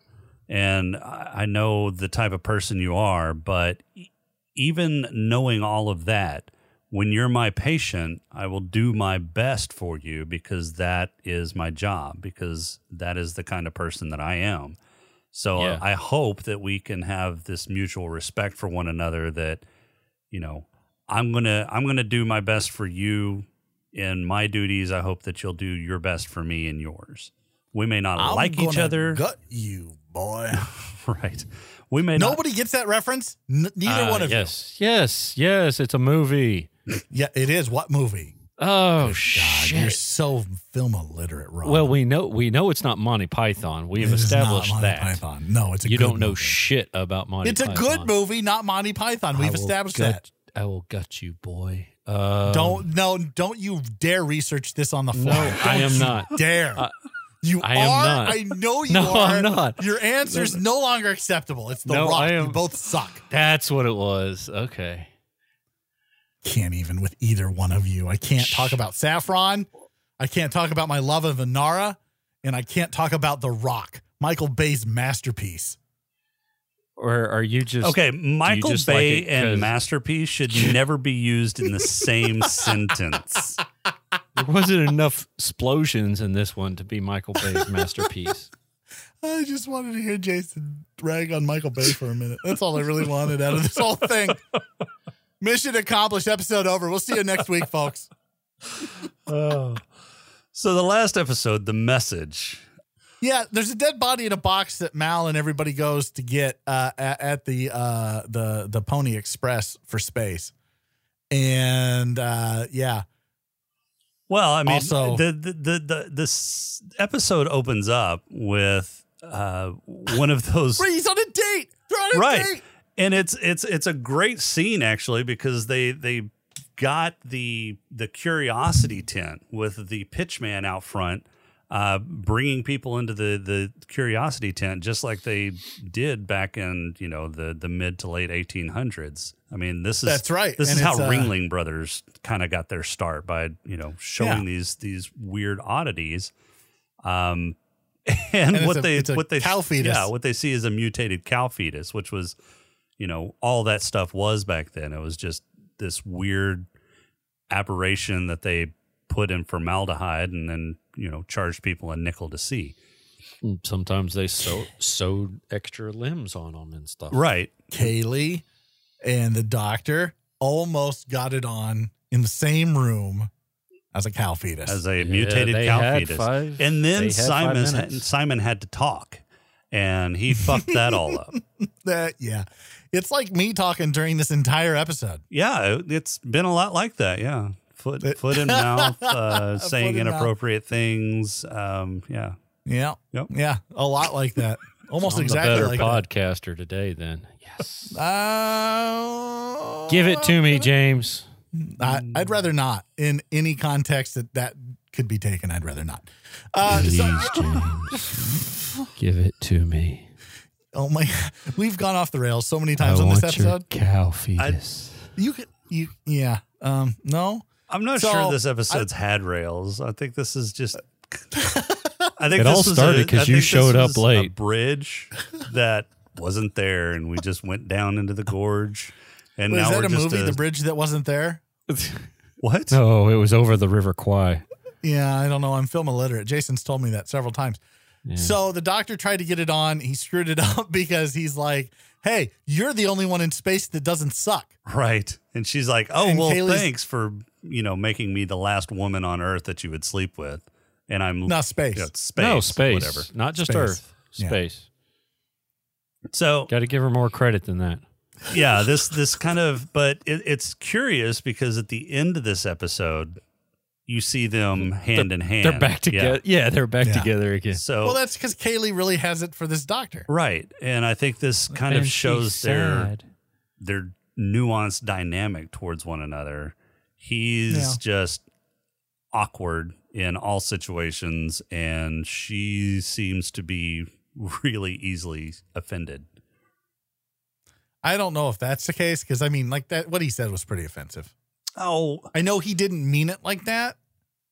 Speaker 1: and I I know the type of person you are, but e- even knowing all of that." When you're my patient, I will do my best for you because that is my job, because that is the kind of person that I am. So uh,
Speaker 4: Yeah.
Speaker 1: I hope that we can have this mutual respect for one another that you know, I'm going to I'm going to do my best for you in my duties. I hope that you'll do your best for me and yours. We may not
Speaker 5: I'm
Speaker 1: like each
Speaker 5: gonna
Speaker 1: other.
Speaker 5: Gut you, boy.
Speaker 1: right. We may not
Speaker 5: Nobody gets that reference. N- neither
Speaker 4: Uh,
Speaker 5: one of
Speaker 4: yes. Yes. Yes. It's a movie.
Speaker 5: you. Yeah, it is. What movie?
Speaker 4: Oh
Speaker 5: God,
Speaker 4: shit.
Speaker 5: you're so film illiterate, Rob.
Speaker 4: Well, we know we know it's not Monty Python. We
Speaker 5: It
Speaker 4: have
Speaker 5: is
Speaker 4: established
Speaker 5: not Monty
Speaker 4: that.
Speaker 5: Python. No, it's a
Speaker 4: You
Speaker 5: good
Speaker 4: don't know
Speaker 5: movie.
Speaker 4: shit about Monty.
Speaker 5: It's a
Speaker 4: Python.
Speaker 5: good movie, not Monty Python.
Speaker 4: I
Speaker 5: We've
Speaker 4: will
Speaker 5: established that.
Speaker 4: gut- I will gut you, boy. Um,
Speaker 5: Don't no, don't you dare research this on the fly. Don't
Speaker 4: I am
Speaker 5: you
Speaker 4: not.
Speaker 5: Dare.
Speaker 4: I-
Speaker 5: you
Speaker 4: I am
Speaker 5: are.
Speaker 4: not.
Speaker 5: I know you
Speaker 4: No,
Speaker 5: are.
Speaker 4: I'm not.
Speaker 5: Your answer's no longer acceptable. It's the
Speaker 4: No,
Speaker 5: rock.
Speaker 4: I
Speaker 5: You
Speaker 4: am-
Speaker 5: both suck.
Speaker 4: That's what it was. Okay.
Speaker 5: Can't even with either one of you. I can't talk about Saffron. I can't talk about my love of Inara. And I can't talk about The Rock, Michael Bay's masterpiece.
Speaker 4: Or are you just
Speaker 1: Okay, Michael
Speaker 4: just like
Speaker 1: Bay
Speaker 4: it 'cause-
Speaker 1: and masterpiece should never be used in the same sentence.
Speaker 4: There wasn't enough explosions in this one to be Michael Bay's masterpiece.
Speaker 5: I just wanted to hear Jason rag on Michael Bay for a minute. That's all I really wanted out of this whole thing. Mission accomplished. Episode over. We'll see you next week, folks.
Speaker 4: Oh.
Speaker 1: So the last episode, the message.
Speaker 5: Yeah, there's a dead body in a box that Mal and everybody goes to get uh, at, at the uh, the the Pony Express for space, and uh, yeah,
Speaker 1: Well, I mean,
Speaker 5: Also-
Speaker 1: the, the the the this episode opens up with uh, one of those
Speaker 5: Wait, he's on a date. They're on a
Speaker 1: right
Speaker 5: date.
Speaker 1: and it's it's it's a great scene actually because they they got the the curiosity tent with the pitchman out front uh bringing people into the the curiosity tent just like they did back in you know the the mid to late 1800s i mean this is
Speaker 5: That's right.
Speaker 1: this
Speaker 5: And
Speaker 1: is how
Speaker 5: it's, uh,
Speaker 1: ringling brothers kind of got their start by you know showing
Speaker 5: Yeah.
Speaker 1: these these weird oddities um and,
Speaker 5: And
Speaker 1: what
Speaker 5: it's a-
Speaker 1: they
Speaker 5: it's a
Speaker 1: what they
Speaker 5: cow fetus.
Speaker 1: yeah what they see is a mutated cow fetus which was you know all that stuff was back then it was just this weird aberration that they put in formaldehyde and then you know charged people a nickel to see.
Speaker 4: Mm, Sometimes they sew, sewed extra limbs on them and stuff.
Speaker 1: Right.
Speaker 5: Kaylee and the doctor almost got it on in the same room as a cow fetus.
Speaker 1: as a
Speaker 4: Yeah,
Speaker 1: mutated
Speaker 4: they
Speaker 1: cow
Speaker 4: had
Speaker 1: fetus.
Speaker 4: five-
Speaker 1: and
Speaker 4: they
Speaker 1: then
Speaker 4: had five
Speaker 1: Simon
Speaker 4: minutes.
Speaker 1: Simon had to talk, and he fucked that all up.
Speaker 5: that yeah. It's like me talking during this entire episode.
Speaker 1: Yeah, it- it's been a lot like that. Yeah, foot foot and mouth, uh, saying
Speaker 5: Foot and mouth.
Speaker 1: inappropriate things. Um, yeah,
Speaker 5: Yeah.
Speaker 1: Yep.
Speaker 5: Yeah. A lot like that. Almost
Speaker 4: I'm
Speaker 5: exactly
Speaker 4: the better
Speaker 5: like
Speaker 4: podcaster today. Then yes,
Speaker 5: that. Uh,
Speaker 4: give it to me, James.
Speaker 5: I, I'd rather not. In any context that that could be taken, I'd rather not. Uh, so,
Speaker 4: Give it to me.
Speaker 5: oh my, we've gone off the rails so many times on this episode.
Speaker 4: cow fetus.
Speaker 5: You could, you, yeah. Um, no,
Speaker 1: I'm not
Speaker 5: So,
Speaker 1: sure this episode's had rails. I think this is just. I think
Speaker 4: It all
Speaker 1: this was
Speaker 4: started
Speaker 1: a-
Speaker 4: 'cause
Speaker 1: I
Speaker 4: you
Speaker 1: think this
Speaker 4: showed up
Speaker 1: was a
Speaker 4: late.
Speaker 1: bridge that wasn't there, and we just went down into the gorge. And
Speaker 5: was
Speaker 1: now
Speaker 5: that
Speaker 1: we're
Speaker 5: a
Speaker 1: just
Speaker 5: movie, The Bridge That Wasn't There?
Speaker 1: what?
Speaker 4: No, it was over the River Kwai.
Speaker 5: Yeah, I don't know. I'm film illiterate. Jason's told me that several times.
Speaker 4: Yeah.
Speaker 5: So the doctor tried to get it on. He screwed it up because he's like, "Hey, you're the only one in space that doesn't suck."
Speaker 1: Right. And she's like, Oh,
Speaker 5: And
Speaker 1: well,
Speaker 5: Kaylee's-
Speaker 1: thanks for, you know, making me the last woman on Earth that you would sleep with. And I'm
Speaker 5: Not space.
Speaker 1: Yeah, space.
Speaker 4: no space,
Speaker 1: Whatever.
Speaker 4: not just
Speaker 5: Space.
Speaker 4: Earth.
Speaker 5: Yeah.
Speaker 4: Space.
Speaker 1: So
Speaker 4: Got to give her more credit than that.
Speaker 1: yeah, this this kind of but it, it's curious because at the end of this episode, you see them hand in hand.
Speaker 4: They're back
Speaker 1: Yeah.
Speaker 4: together. Yeah, they're back
Speaker 5: Yeah.
Speaker 4: together again.
Speaker 1: So
Speaker 5: Well, that's because Kaylee really has it for this doctor.
Speaker 1: right. And I think this kind of
Speaker 4: And she's
Speaker 1: shows their
Speaker 4: sad.
Speaker 1: their nuanced dynamic towards one another. He's
Speaker 5: Yeah.
Speaker 1: just awkward in all situations, and she seems to be really easily offended.
Speaker 5: I don't know if that's the case because I mean, like that, what he said was pretty offensive.
Speaker 1: Oh,
Speaker 5: I know he didn't mean it like that.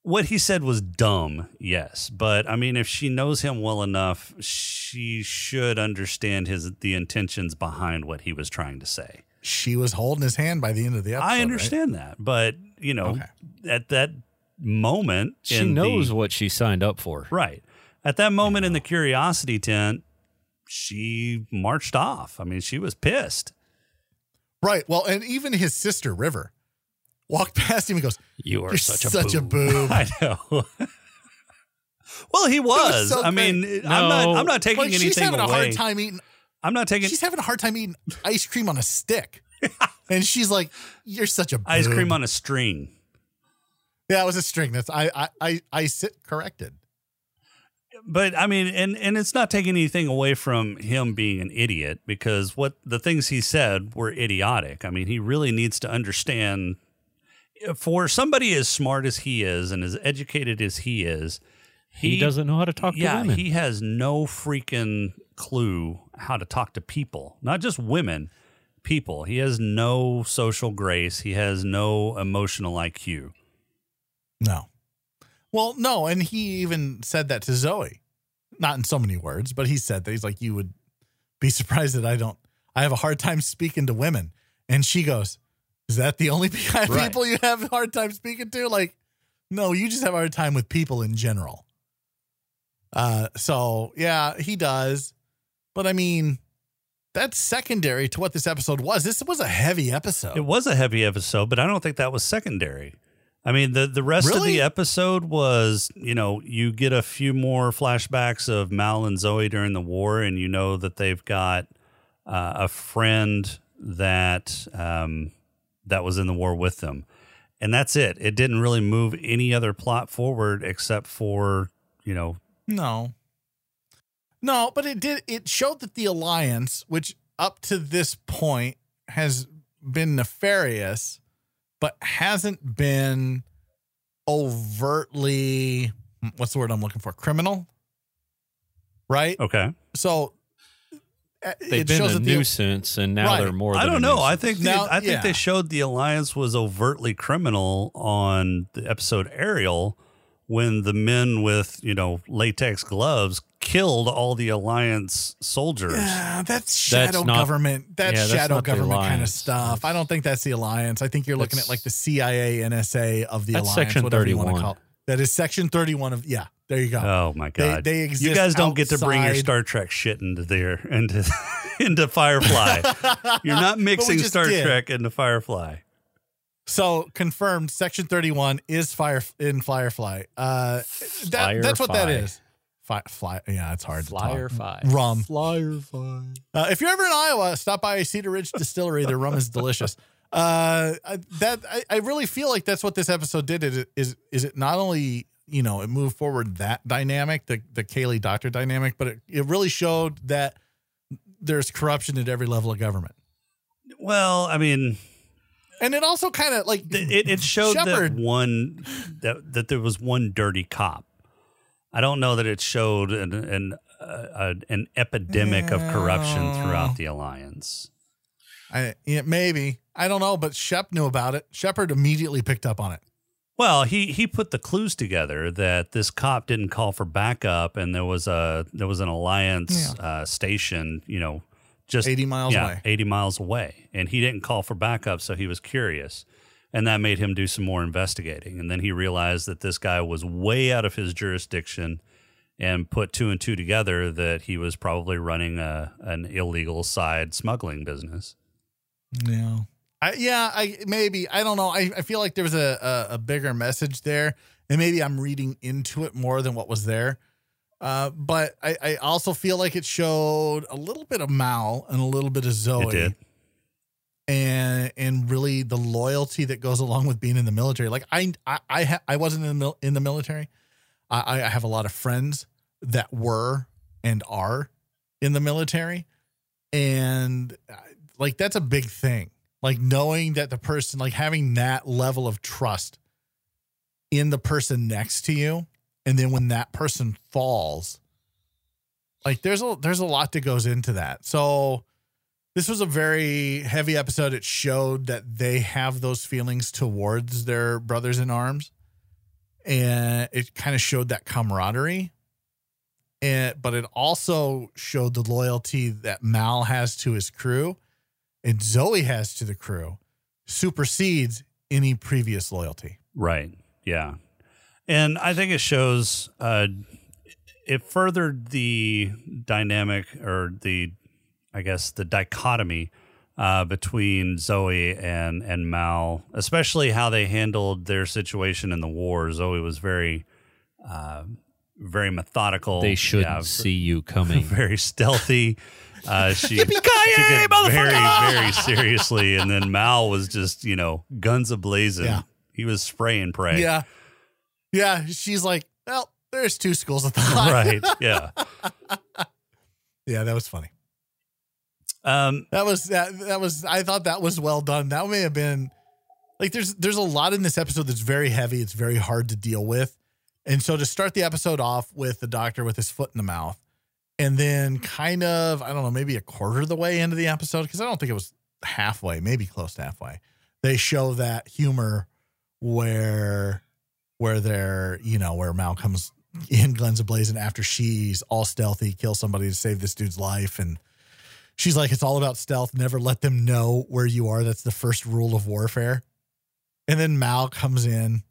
Speaker 1: what he said was dumb, yes, but I mean, if she knows him well enough, she should understand his the intentions behind what he was trying to say.
Speaker 5: She was holding his hand by the end of the episode.
Speaker 1: I
Speaker 5: right?
Speaker 1: understand that, but you know,
Speaker 5: Okay.
Speaker 1: at that moment,
Speaker 4: She
Speaker 1: in the-
Speaker 4: knows what she signed up for.
Speaker 1: Right. At that moment in the curiosity tent, she marched off. I mean, she was pissed.
Speaker 5: Right. Well, and even his sister River walked past him and goes,
Speaker 4: You are
Speaker 5: "You're
Speaker 4: such a
Speaker 5: such a
Speaker 4: boo.
Speaker 5: boob."
Speaker 1: I know. well, he was.
Speaker 5: so
Speaker 1: I mean, I'm
Speaker 4: No.
Speaker 1: not. I'm not taking
Speaker 5: Like
Speaker 1: anything
Speaker 5: she's having
Speaker 1: away.
Speaker 5: a hard time eating.
Speaker 1: I'm not taking
Speaker 5: She's having a hard time eating ice cream on a stick, and she's like, "You're such a boob.
Speaker 1: ice cream on a string.
Speaker 5: Yeah, it was a string. That's I I I I sit corrected.
Speaker 1: But I mean, and and it's not taking anything away from him being an idiot because what the things he said were idiotic. I mean, he really needs to understand. For somebody as smart as he is and as educated as he is,
Speaker 4: He, doesn't know how to talk
Speaker 1: yeah,
Speaker 4: to women.
Speaker 1: he has no freaking clue how to talk to people, not just women, people. He has no social grace. He has no emotional IQ.
Speaker 5: No. Well, no, and he even said that to Zoe. Not in so many words, but he said that he's like, You would be surprised that I don't I have a hard time speaking to women. And she goes, Is that the only pe-
Speaker 1: Right.
Speaker 5: people you have a hard time speaking to? Like, no, you just have a hard time with people in general. Uh so yeah, he does. But I mean, that's secondary to what this episode was. This was a heavy episode.
Speaker 1: It was a heavy episode, but I don't think that was secondary. I mean, the, the rest of
Speaker 5: Really?
Speaker 1: the episode was, you know, you get a few more flashbacks of Mal and Zoe during the war, and you know that they've got uh, a friend that um, that was in the war with them, and that's it. It didn't really move any other plot forward except for you know,
Speaker 5: No. No, but it did it showed that the alliance, which up to this point has been nefarious, but hasn't been overtly hmm, what's the word I'm looking for? Criminal? Right?
Speaker 1: okay.
Speaker 5: So uh,
Speaker 4: Oh. They've
Speaker 5: it
Speaker 4: been
Speaker 5: shows
Speaker 4: a
Speaker 5: that the
Speaker 4: nuisance, and now
Speaker 5: Right.
Speaker 4: they're more.
Speaker 1: I
Speaker 4: than
Speaker 1: don't
Speaker 4: a
Speaker 1: know. I
Speaker 4: nuisance.
Speaker 1: think
Speaker 5: Now-
Speaker 1: they, I think
Speaker 5: yeah.
Speaker 1: they showed the alliance was overtly criminal on the episode Ariel when the men with you know latex gloves killed all the Alliance soldiers.
Speaker 5: Uh, that's shadow
Speaker 4: not-
Speaker 5: government. That's
Speaker 4: yeah, that's
Speaker 5: shadow
Speaker 4: not the
Speaker 5: government kind of
Speaker 4: alliance.
Speaker 5: stuff. I don't think that's the alliance. I think you're looking at
Speaker 4: That's-
Speaker 5: like the CIA, NSA of the
Speaker 4: That's
Speaker 5: alliance.
Speaker 4: Section
Speaker 5: whatever you want to
Speaker 4: 31.
Speaker 5: call it. That is section 31 of yeah. There you go.
Speaker 4: Uh,
Speaker 1: Oh my
Speaker 5: They-
Speaker 1: god!
Speaker 5: they exist
Speaker 1: you guys don't get to bring your
Speaker 5: outside-
Speaker 1: Star Trek shit into there into into Firefly. You're not mixing
Speaker 5: just
Speaker 1: Star
Speaker 5: did.
Speaker 1: Trek into Firefly.
Speaker 5: So confirmed, section 31 is fire in Firefly. Uh, that, that's what that
Speaker 4: Firefly.
Speaker 5: is. Fi fly, yeah, it's hard to talk.
Speaker 4: Firefly.
Speaker 5: Rum.
Speaker 4: Firefly.
Speaker 5: Uh, if you're ever in Iowa, stop by Cedar Ridge Distillery. Their rum is delicious. Uh, I- that I, I really feel like that's what this episode did. Is is is it not only you know it moved forward that dynamic, the the Kaylee Doctor dynamic, but it, it really showed that there's corruption at every level of government,
Speaker 1: Well, I mean,
Speaker 5: and it also kind of like
Speaker 1: th- it, it showed
Speaker 5: Shepard.
Speaker 1: that one that that there was one dirty cop. I don't know that it showed an an uh, an epidemic of corruption throughout the alliance.
Speaker 5: I, yeah, maybe I don't know, but Shep knew about it. Shepard immediately picked up on it.
Speaker 1: Well, he he put the clues together that this cop didn't call for backup, and there was a there was an alliance uh, station, you know, just
Speaker 5: 80 miles
Speaker 1: yeah,
Speaker 5: away.
Speaker 1: eighty miles away, and he didn't call for backup, so he was curious, and that made him do some more investigating, and then he realized that this guy was way out of his jurisdiction, and put two and two together that he was probably running a an illegal side smuggling business.
Speaker 5: Yeah. I, yeah, I maybe I don't know. I, I feel like there was a, a a bigger message there, and maybe I'm reading into it more than what was there. Uh, but I, I also feel like it showed a little bit of Mal Oh, and a little bit of Zoe,
Speaker 1: it did.
Speaker 5: and and really the loyalty that goes along with being in the military. Like I I I, ha- I wasn't in the mil- in the military. I, I have a lot of friends that were and are in the military, and uh, like that's a big thing. Like knowing that the person, like having that level of trust in the person next to you, and then when that person falls, like there's a there's a lot that goes into that. So this was a very heavy episode. It showed that they have those feelings towards their brothers in arms. And it kind of showed that camaraderie. And but it also showed the loyalty that Mal has to his crew and Zoe has to the crew supersedes any previous loyalty.
Speaker 1: Right. Yeah. And I think it shows uh it furthered the dynamic or the I guess the dichotomy uh between Zoe and and Mal, especially how they handled their situation in the war. Zoe was very uh very methodical.
Speaker 4: They shouldn't
Speaker 1: Yeah,
Speaker 4: see you coming.
Speaker 1: very stealthy. Uh, she took it very, very seriously, and then Mal was just, you know, guns ablazing.
Speaker 5: Yeah.
Speaker 1: He was spray and pray.
Speaker 5: Yeah. Yeah. She's like, well, there's two schools of thought.
Speaker 1: right. Yeah.
Speaker 5: Yeah, that was funny.
Speaker 1: Um,
Speaker 5: That was that, that was I thought that was well done. That may have been like there's there's a lot in this episode that's very heavy, it's very hard to deal with. And so to start the episode off with the doctor with his foot in the mouth and then kind of I don't know, maybe a quarter of the way into the episode cuz I don't think it was halfway, maybe close to halfway. They show that humor where where they're, you know, where Mal comes in guns ablazing after she's all stealthy, kills somebody to save this dude's life and she's like, it's all about stealth. Never let them know where you are. That's the first rule of warfare. And then Mal comes in,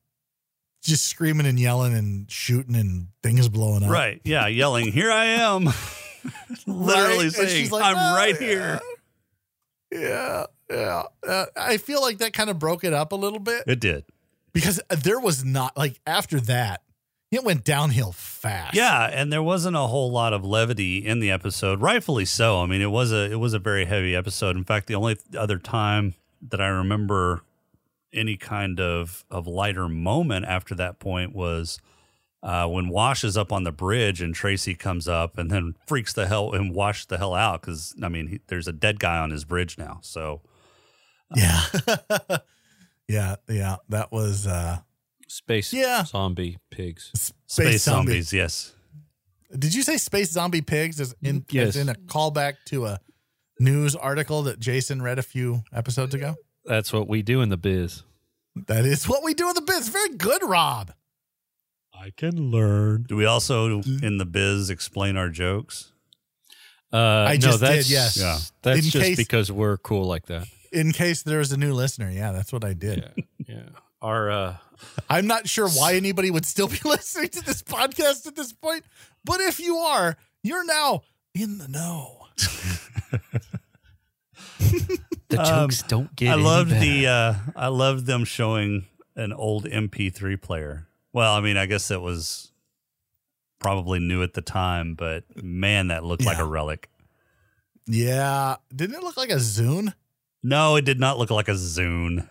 Speaker 5: just screaming and yelling and shooting and things blowing up.
Speaker 1: right. Yeah. Yelling, here I am. Literally
Speaker 5: Right? And
Speaker 1: saying,
Speaker 5: she's like,
Speaker 1: I'm
Speaker 5: "Oh,
Speaker 1: right
Speaker 5: yeah."
Speaker 1: here.
Speaker 5: Yeah. Yeah. Uh, I feel like that kind of broke it up a little bit
Speaker 1: It did.
Speaker 5: because there was not, like, after that, it went downhill fast.
Speaker 1: Yeah. And there wasn't a whole lot of levity in the episode. Rightfully so. I mean, it was a, it was a very heavy episode. In fact, the only other time that I remember any kind of, of lighter moment after that point was uh, when Wash is up on the bridge and Tracy comes up and then freaks the hell and Wash the hell out because I mean he, there's a dead guy on his bridge now. So
Speaker 5: Yeah. yeah. Yeah. That was uh,
Speaker 4: Space
Speaker 5: Yeah.
Speaker 4: zombie pigs.
Speaker 5: space,
Speaker 1: space,
Speaker 5: zombie.
Speaker 1: zombies, yes.
Speaker 5: Did you say space zombie pigs is in
Speaker 4: Yes.
Speaker 5: is in a callback to a news article that Jason read a few episodes ago?
Speaker 4: That's what we do in the biz.
Speaker 5: That is what we do in the biz. Very good, Rob.
Speaker 4: I can learn.
Speaker 1: Do we also in the biz explain our jokes?
Speaker 4: Uh, I
Speaker 5: just did,
Speaker 4: that's,
Speaker 5: yes.
Speaker 1: Yeah.
Speaker 4: That's
Speaker 5: In
Speaker 4: just
Speaker 5: case-
Speaker 4: because we're cool like that.
Speaker 5: In case there's a new listener, yeah, that's what I did.
Speaker 4: Yeah. Our uh,
Speaker 5: I'm not sure why anybody would still be listening to this podcast at this point, but if you are, you're now in the know.
Speaker 4: the
Speaker 1: Um,
Speaker 4: jokes don't get.
Speaker 1: I
Speaker 4: any
Speaker 1: loved
Speaker 4: better.
Speaker 1: the uh, I loved them showing an old MP3 player. Well, I mean, I guess it was probably new at the time, but man, that looked like
Speaker 5: Yeah.
Speaker 1: a relic.
Speaker 5: Yeah. Didn't it look like a Zune?
Speaker 1: No, it did not look like a Zune.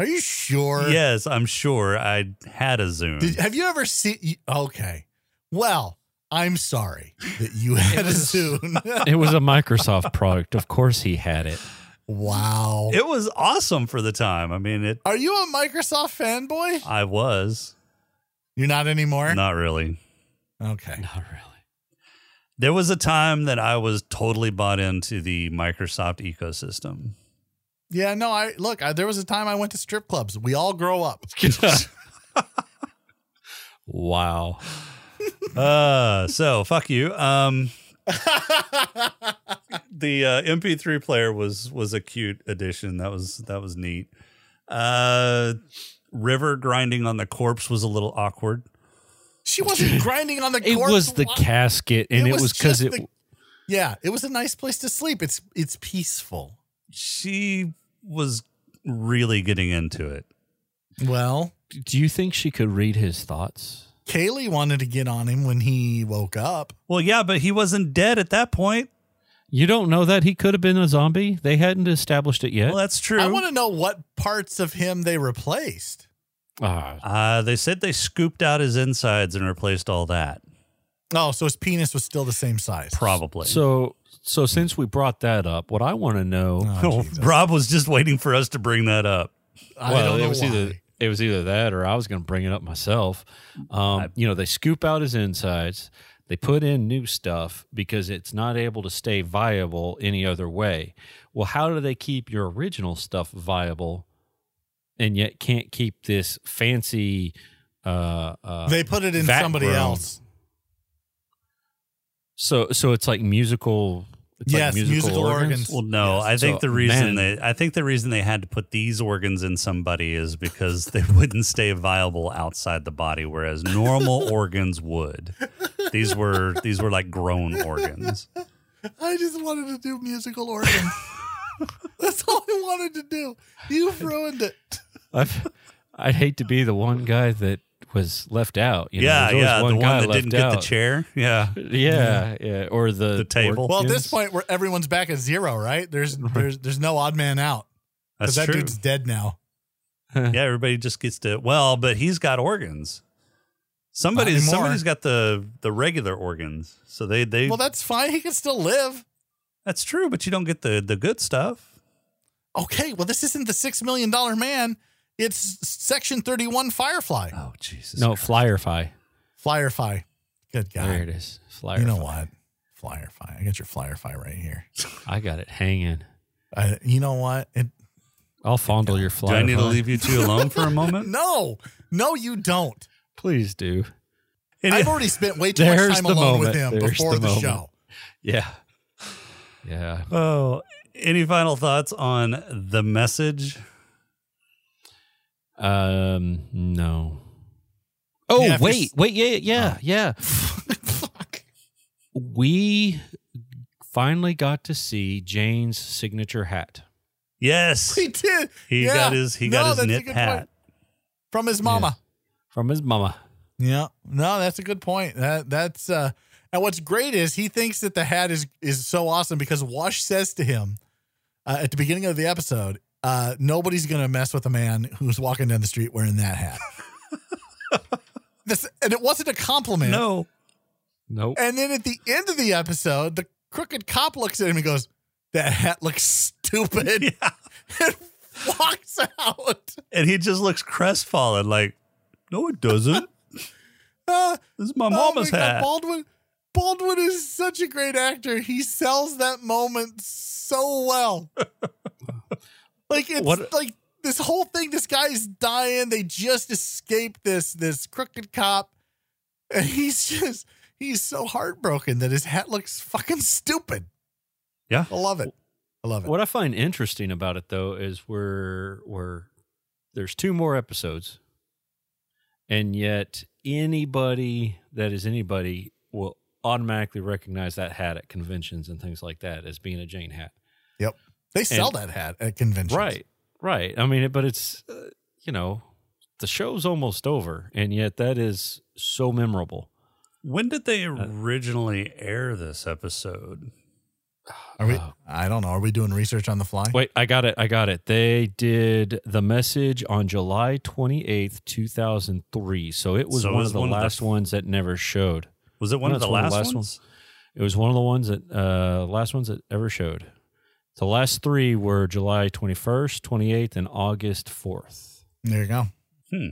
Speaker 5: Are you sure?
Speaker 1: Yes, I'm sure I had a Zune.
Speaker 5: Did, have you ever seen? you- Okay. Well, I'm sorry that you had a Zune.
Speaker 4: It was a Microsoft product. Of course, he had it.
Speaker 5: wow.
Speaker 1: it was awesome for the time. I mean, it.
Speaker 5: Are you a Microsoft fanboy?
Speaker 1: I was
Speaker 5: You're not anymore.
Speaker 1: not really.
Speaker 5: Okay.
Speaker 4: Not really.
Speaker 1: There was a time that I was totally bought into the Microsoft ecosystem.
Speaker 5: Yeah. No. I look. I, there was a time I went to strip clubs. We all grow up.
Speaker 4: wow.
Speaker 1: Uh, so fuck you. Um, the uh, MP3 player was was a cute addition. That was that was neat. Uh, river grinding on the corpse was a little awkward.
Speaker 5: She wasn't grinding on the.
Speaker 4: It
Speaker 5: corpse.
Speaker 4: was the
Speaker 5: Why-
Speaker 4: casket, and it was because
Speaker 5: just
Speaker 4: it.
Speaker 5: the- yeah, it was a nice place to sleep. It's it's peaceful.
Speaker 1: She was really getting into it.
Speaker 5: Well,
Speaker 4: do you think she could read his thoughts?
Speaker 5: Kaylee wanted to get on him when he woke up.
Speaker 1: Well, yeah, but he wasn't dead at that point.
Speaker 4: You don't know that he could have been a zombie. They hadn't established it yet.
Speaker 1: Well, that's true.
Speaker 5: I want to know what parts of him they replaced.
Speaker 4: Ah,
Speaker 1: uh, they said they scooped out his insides and replaced all that.
Speaker 5: Oh, so his penis was still the same size.
Speaker 1: Probably.
Speaker 4: so, so since we brought that up, what I want to know.
Speaker 5: Oh,
Speaker 1: Oh,
Speaker 5: Jesus.
Speaker 1: Rob was just waiting for us to bring that up.
Speaker 5: I
Speaker 4: well,
Speaker 5: don't know
Speaker 4: it was
Speaker 5: why.
Speaker 4: either it was either that or I was going to bring it up myself. Um, you know, they scoop out his insides. They put in new stuff because it's not able to stay viable any other way. Well, how do they keep your original stuff viable and yet can't keep this fancy? Uh, uh,
Speaker 5: they put it in
Speaker 4: Vat
Speaker 5: somebody
Speaker 4: grown.
Speaker 5: else.
Speaker 4: so, so it's like musical. It's
Speaker 5: Yes,
Speaker 4: like musical,
Speaker 5: musical
Speaker 4: organs.
Speaker 5: organs.
Speaker 1: Well, no,
Speaker 5: Yes.
Speaker 1: I think
Speaker 4: So,
Speaker 1: the reason
Speaker 4: man.
Speaker 1: they I think the reason they had to put these organs in somebody is because they wouldn't stay viable outside the body, whereas normal organs would. These were these were like grown organs.
Speaker 5: I just wanted to do musical organs. That's all I wanted to do. You've ruined it.
Speaker 4: I've, I'd hate to be the one guy that was left out. You know,
Speaker 1: yeah,
Speaker 4: there's always
Speaker 1: yeah, the
Speaker 4: guy
Speaker 1: one that
Speaker 4: left
Speaker 1: didn't get the
Speaker 4: out.
Speaker 1: chair. Yeah,
Speaker 4: Yeah, yeah, or the
Speaker 1: The table.
Speaker 4: or-
Speaker 5: Well, at this
Speaker 4: yes.
Speaker 5: point, where everyone's back at zero, right? There's there's there's no odd man out
Speaker 1: that's
Speaker 5: because that
Speaker 1: true.
Speaker 5: dude's dead now.
Speaker 1: yeah, everybody just gets to well, but he's got organs. Somebody's
Speaker 5: anymore.
Speaker 1: somebody's got the the regular organs, so they they
Speaker 5: Well, that's fine. He can still live.
Speaker 1: that's true, but you don't get the the good stuff.
Speaker 5: Okay. Well, this isn't the six million dollar man. It's Section Thirty One Firefly.
Speaker 1: Oh Jesus!
Speaker 4: no flyerfy.
Speaker 5: Flyerfly. Good
Speaker 4: There
Speaker 5: guy.
Speaker 4: it is. Flyerfy.
Speaker 5: You know what? Flyerfly. I got your Flyerfly right here.
Speaker 4: I got it hanging.
Speaker 5: I, you know what? It,
Speaker 4: I'll fondle your flyerfy.
Speaker 1: Do I need to leave you two alone for a moment?
Speaker 5: no, no, you don't.
Speaker 4: Please do.
Speaker 1: Any-
Speaker 5: I've already spent way too much
Speaker 4: There's
Speaker 5: time
Speaker 4: the
Speaker 5: alone with
Speaker 4: moment.
Speaker 5: him
Speaker 4: There's
Speaker 5: before
Speaker 4: the
Speaker 5: the,
Speaker 4: moment.
Speaker 5: show.
Speaker 4: Yeah. Yeah.
Speaker 1: Oh, any final thoughts on the message?
Speaker 4: Um. No. Oh
Speaker 5: Yeah, if you're
Speaker 4: wait,
Speaker 5: s-
Speaker 4: wait, yeah, yeah, yeah.
Speaker 5: Fuck.
Speaker 4: We finally got to see Jane's signature hat.
Speaker 1: Yes,
Speaker 5: He did.
Speaker 1: he
Speaker 5: Yeah.
Speaker 1: got his he
Speaker 5: No,
Speaker 1: got
Speaker 5: that's
Speaker 1: his
Speaker 5: a
Speaker 1: knit
Speaker 5: good
Speaker 1: hat.
Speaker 5: point. from his mama.
Speaker 4: from his mama.
Speaker 5: Yeah. No, that's a good point. That that's uh and what's great is he thinks that the hat is is so awesome because Wash says to him uh, at the beginning of the episode, uh nobody's going to mess with a man who's walking down the street wearing that hat. this and it wasn't a compliment.
Speaker 1: No,
Speaker 4: Nope.
Speaker 5: And then at the end of the episode, the crooked cop looks at him and goes, "That hat looks stupid." and walks out.
Speaker 1: and he just looks crestfallen, like, no, it doesn't.
Speaker 5: Uh,
Speaker 1: This is my
Speaker 5: Oh
Speaker 1: mama's
Speaker 5: my God,
Speaker 1: hat.
Speaker 5: Baldwin Baldwin is such a great actor. He sells that moment so well. like it's
Speaker 1: What-
Speaker 5: like this whole thing, this guy's dying. They just escaped this this crooked cop. And he's just, he's so heartbroken that his hat looks fucking stupid.
Speaker 1: Yeah.
Speaker 5: I love it. I love it.
Speaker 4: What I find interesting about it though is we're we're there's two more episodes, and yet anybody that is anybody will automatically recognize that hat at conventions and things like that as being a Jane hat.
Speaker 5: Yep. They sell
Speaker 4: And-
Speaker 5: that hat at conventions.
Speaker 4: Right, right. I mean, but it's uh, you know the show's almost over, and yet that is so memorable.
Speaker 1: When did they originally air this episode?
Speaker 5: Are we, I don't know. Are we doing research on the fly?
Speaker 4: Wait, I got it. I got it. They did the message on July 28th, 2003. So it was
Speaker 1: So it
Speaker 4: one
Speaker 1: was
Speaker 4: of the
Speaker 1: one of the-
Speaker 4: last ones that never showed.
Speaker 1: Was it one
Speaker 4: No,
Speaker 1: of
Speaker 4: it's
Speaker 1: the last, ones?
Speaker 4: It was one of the ones that uh last ones that ever showed. The last 3 were July 21st, 28th and August 4th.
Speaker 5: There you go.
Speaker 1: Hmm.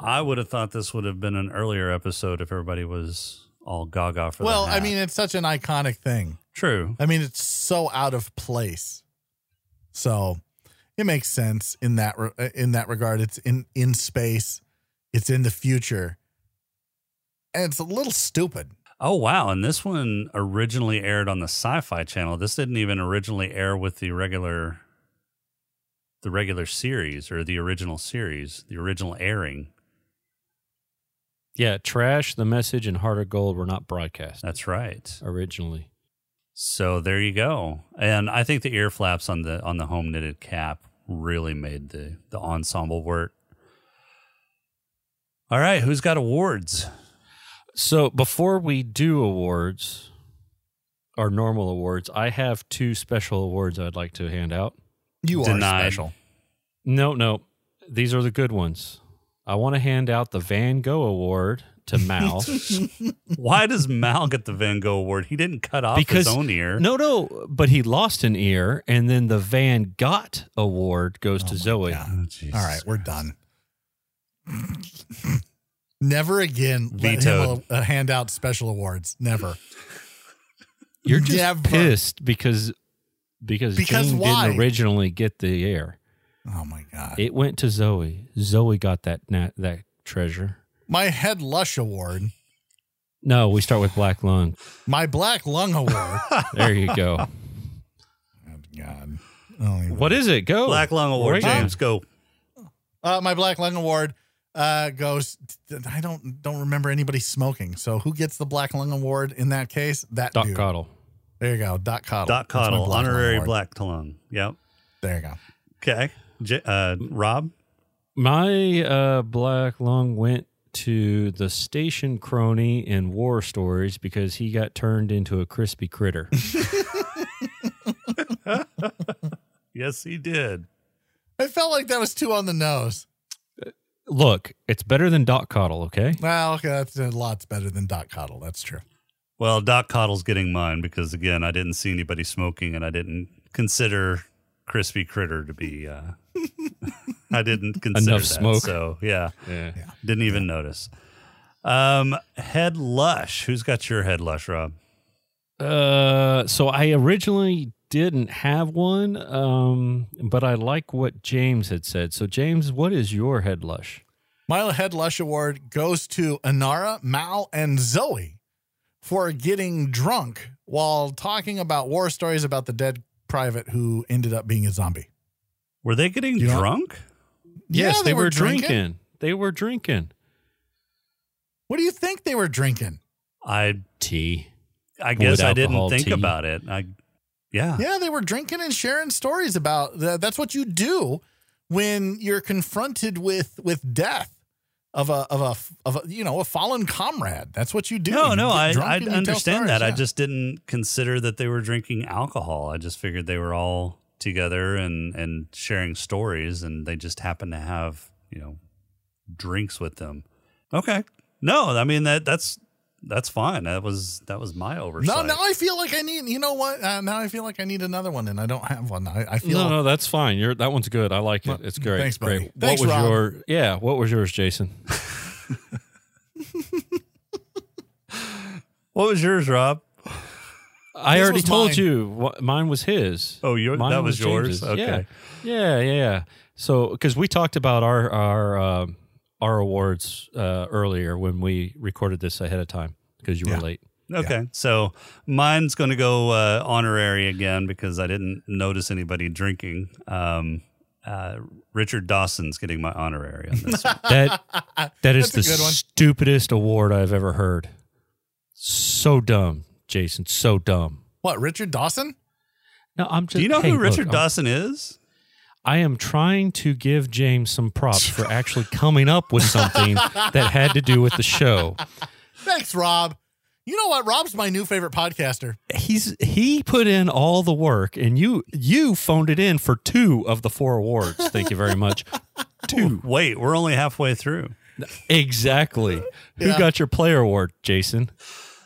Speaker 1: I would have thought this would have been an earlier episode if everybody was all gaga for the
Speaker 5: Well, I
Speaker 1: hat.
Speaker 5: mean, it's such an iconic thing.
Speaker 1: true.
Speaker 5: I mean, it's so out of place. So it makes sense in that re- uh, in that regard. It's in in space. It's in the future, and it's a little stupid.
Speaker 1: Oh wow! And this one originally aired on the Sci-Fi Channel. This didn't even originally air with the regular, the regular series or the original series, the original airing.
Speaker 4: Yeah, Trash, The Message and Heart of Gold were not broadcast
Speaker 1: That's right.
Speaker 4: originally.
Speaker 1: So there you go. And I think the ear flaps on the on the home knitted cap really made the the ensemble work. All right, who's got awards?
Speaker 4: So before we do awards, our normal awards, I have two special awards I'd like to hand out.
Speaker 5: You are
Speaker 1: Denied.
Speaker 5: special.
Speaker 4: No, no, these are the good ones. I want to hand out the Van Gogh Award to Mal
Speaker 1: Why does Mal get the Van Gogh award? He didn't cut off
Speaker 4: because
Speaker 1: his own ear.
Speaker 4: No, no, but he lost an ear, and then the Van Gogh Award goes to Zoe.
Speaker 1: Oh,
Speaker 5: God. All right, we're done. Never again let him
Speaker 1: Vetoed.
Speaker 5: a, a handout special awards. Never.
Speaker 4: You're just
Speaker 5: Never.
Speaker 4: pissed because because,
Speaker 5: Because
Speaker 4: Jane
Speaker 5: why?
Speaker 4: didn't originally get the ear.
Speaker 5: Oh my god.
Speaker 4: It went to Zoe. Zoe got that na- that treasure.
Speaker 5: My head lush award.
Speaker 4: No, we start with Black Lung.
Speaker 5: My black lung award.
Speaker 4: There you go.
Speaker 5: god. Oh, even
Speaker 4: what is it? Go
Speaker 1: Black Lung Award,
Speaker 4: Right.
Speaker 1: James. Go.
Speaker 5: Uh, my Black Lung Award uh, goes. I don't don't remember anybody smoking. So who gets the Black Lung Award in that case? That
Speaker 4: Doc
Speaker 5: dude.
Speaker 4: Cottle.
Speaker 5: There you go. Dot Coddle.
Speaker 1: Dot
Speaker 5: That's my
Speaker 1: Coddle,
Speaker 5: Black Lung
Speaker 1: honorary
Speaker 5: Award.
Speaker 1: Black Lung. Yep.
Speaker 5: There you go.
Speaker 1: Okay. J- uh, Rob.
Speaker 4: My uh, black lung went to the station crony in War Stories because he got turned into a crispy critter.
Speaker 1: Yes, he did.
Speaker 5: I felt like that was two on the nose.
Speaker 4: Look, it's better than Doc Coddle, okay?
Speaker 5: Well, okay, that's a lot's better than Dot Coddle. That's true.
Speaker 1: Well, Doc Coddle's getting mine because again, I didn't see anybody smoking, and I didn't consider Crispy Critter to be. Uh, I didn't consider
Speaker 4: Enough
Speaker 1: that,
Speaker 4: smoke.
Speaker 1: So yeah,
Speaker 4: Yeah.
Speaker 1: didn't even notice. Um, head lush. Who's got your head lush, Rob?
Speaker 4: Uh, so I originally didn't have one, um, but I like what James had said. So James, what is your head lush?
Speaker 5: My Head Lush Award goes to Anara, Mal, and Zoe for getting drunk while talking about war stories about the dead private who ended up being a zombie.
Speaker 1: Were they getting
Speaker 5: You know-
Speaker 1: drunk?
Speaker 5: Yeah,
Speaker 4: they, were, drinking. They were drinking
Speaker 5: What do you think they were drinking?
Speaker 1: I
Speaker 4: tea.
Speaker 1: I guess I didn't
Speaker 4: alcohol
Speaker 1: think
Speaker 4: tea.
Speaker 1: about it. I yeah.
Speaker 5: Yeah, they were drinking and sharing stories about that. That's what you do when you're confronted with with death of a of a of a you know a fallen comrade. That's what you do.
Speaker 1: No,
Speaker 5: You
Speaker 1: no,
Speaker 5: get
Speaker 1: I,
Speaker 5: drunk
Speaker 1: I
Speaker 5: and you tell
Speaker 1: understand that.
Speaker 5: stories,
Speaker 1: I
Speaker 5: yeah.
Speaker 1: just didn't consider that they were drinking alcohol. I just figured they were all together and and sharing stories, and they just happened to have you know drinks with them. Okay, no, I mean that that's that's fine. That was that was my
Speaker 5: No,
Speaker 1: oversight.
Speaker 5: now I feel like I need. You know what? Uh, now I feel like I need another one, and I don't have one. I, I feel
Speaker 4: No, no, that's fine. You're that one's good. I like it. It's great.
Speaker 5: Thanks, buddy.
Speaker 4: great. What
Speaker 5: Thanks,
Speaker 4: was
Speaker 5: Rob.
Speaker 4: your yeah? What was yours, Jason?
Speaker 1: What was yours, Rob?
Speaker 4: I
Speaker 5: His
Speaker 4: already
Speaker 5: was
Speaker 4: told
Speaker 5: mine.
Speaker 4: you what, mine was his.
Speaker 1: Oh, your-
Speaker 4: Mine
Speaker 1: that was yours?
Speaker 4: James's.
Speaker 1: Okay.
Speaker 4: Yeah, yeah, yeah. yeah. So because we talked about our our um our awards uh, earlier when we recorded this ahead of time because you were
Speaker 5: Yeah.
Speaker 4: late.
Speaker 1: Okay. So mine's going to go uh, honorary again because I didn't notice anybody drinking. Um, uh, Richard Dawson's getting my honorary on this. one.
Speaker 4: That that is
Speaker 5: That's a
Speaker 4: the
Speaker 5: good one.
Speaker 4: stupidest award I've ever heard. So dumb, Jason. So dumb.
Speaker 5: What, Richard Dawson?
Speaker 4: No, I'm just.
Speaker 1: Do you know
Speaker 4: hey,
Speaker 1: who
Speaker 4: look,
Speaker 1: Richard
Speaker 4: I'm-
Speaker 1: Dawson is?
Speaker 4: I am trying to give James some props for actually coming up with something that had to do with the show.
Speaker 5: Thanks, Rob. You know what? Rob's my new favorite podcaster.
Speaker 4: He's he put in all the work, and you you phoned it in for two of the four awards. Thank you very much. Two
Speaker 1: Wait, we're only halfway through.
Speaker 4: exactly. Who got your player award, Jason?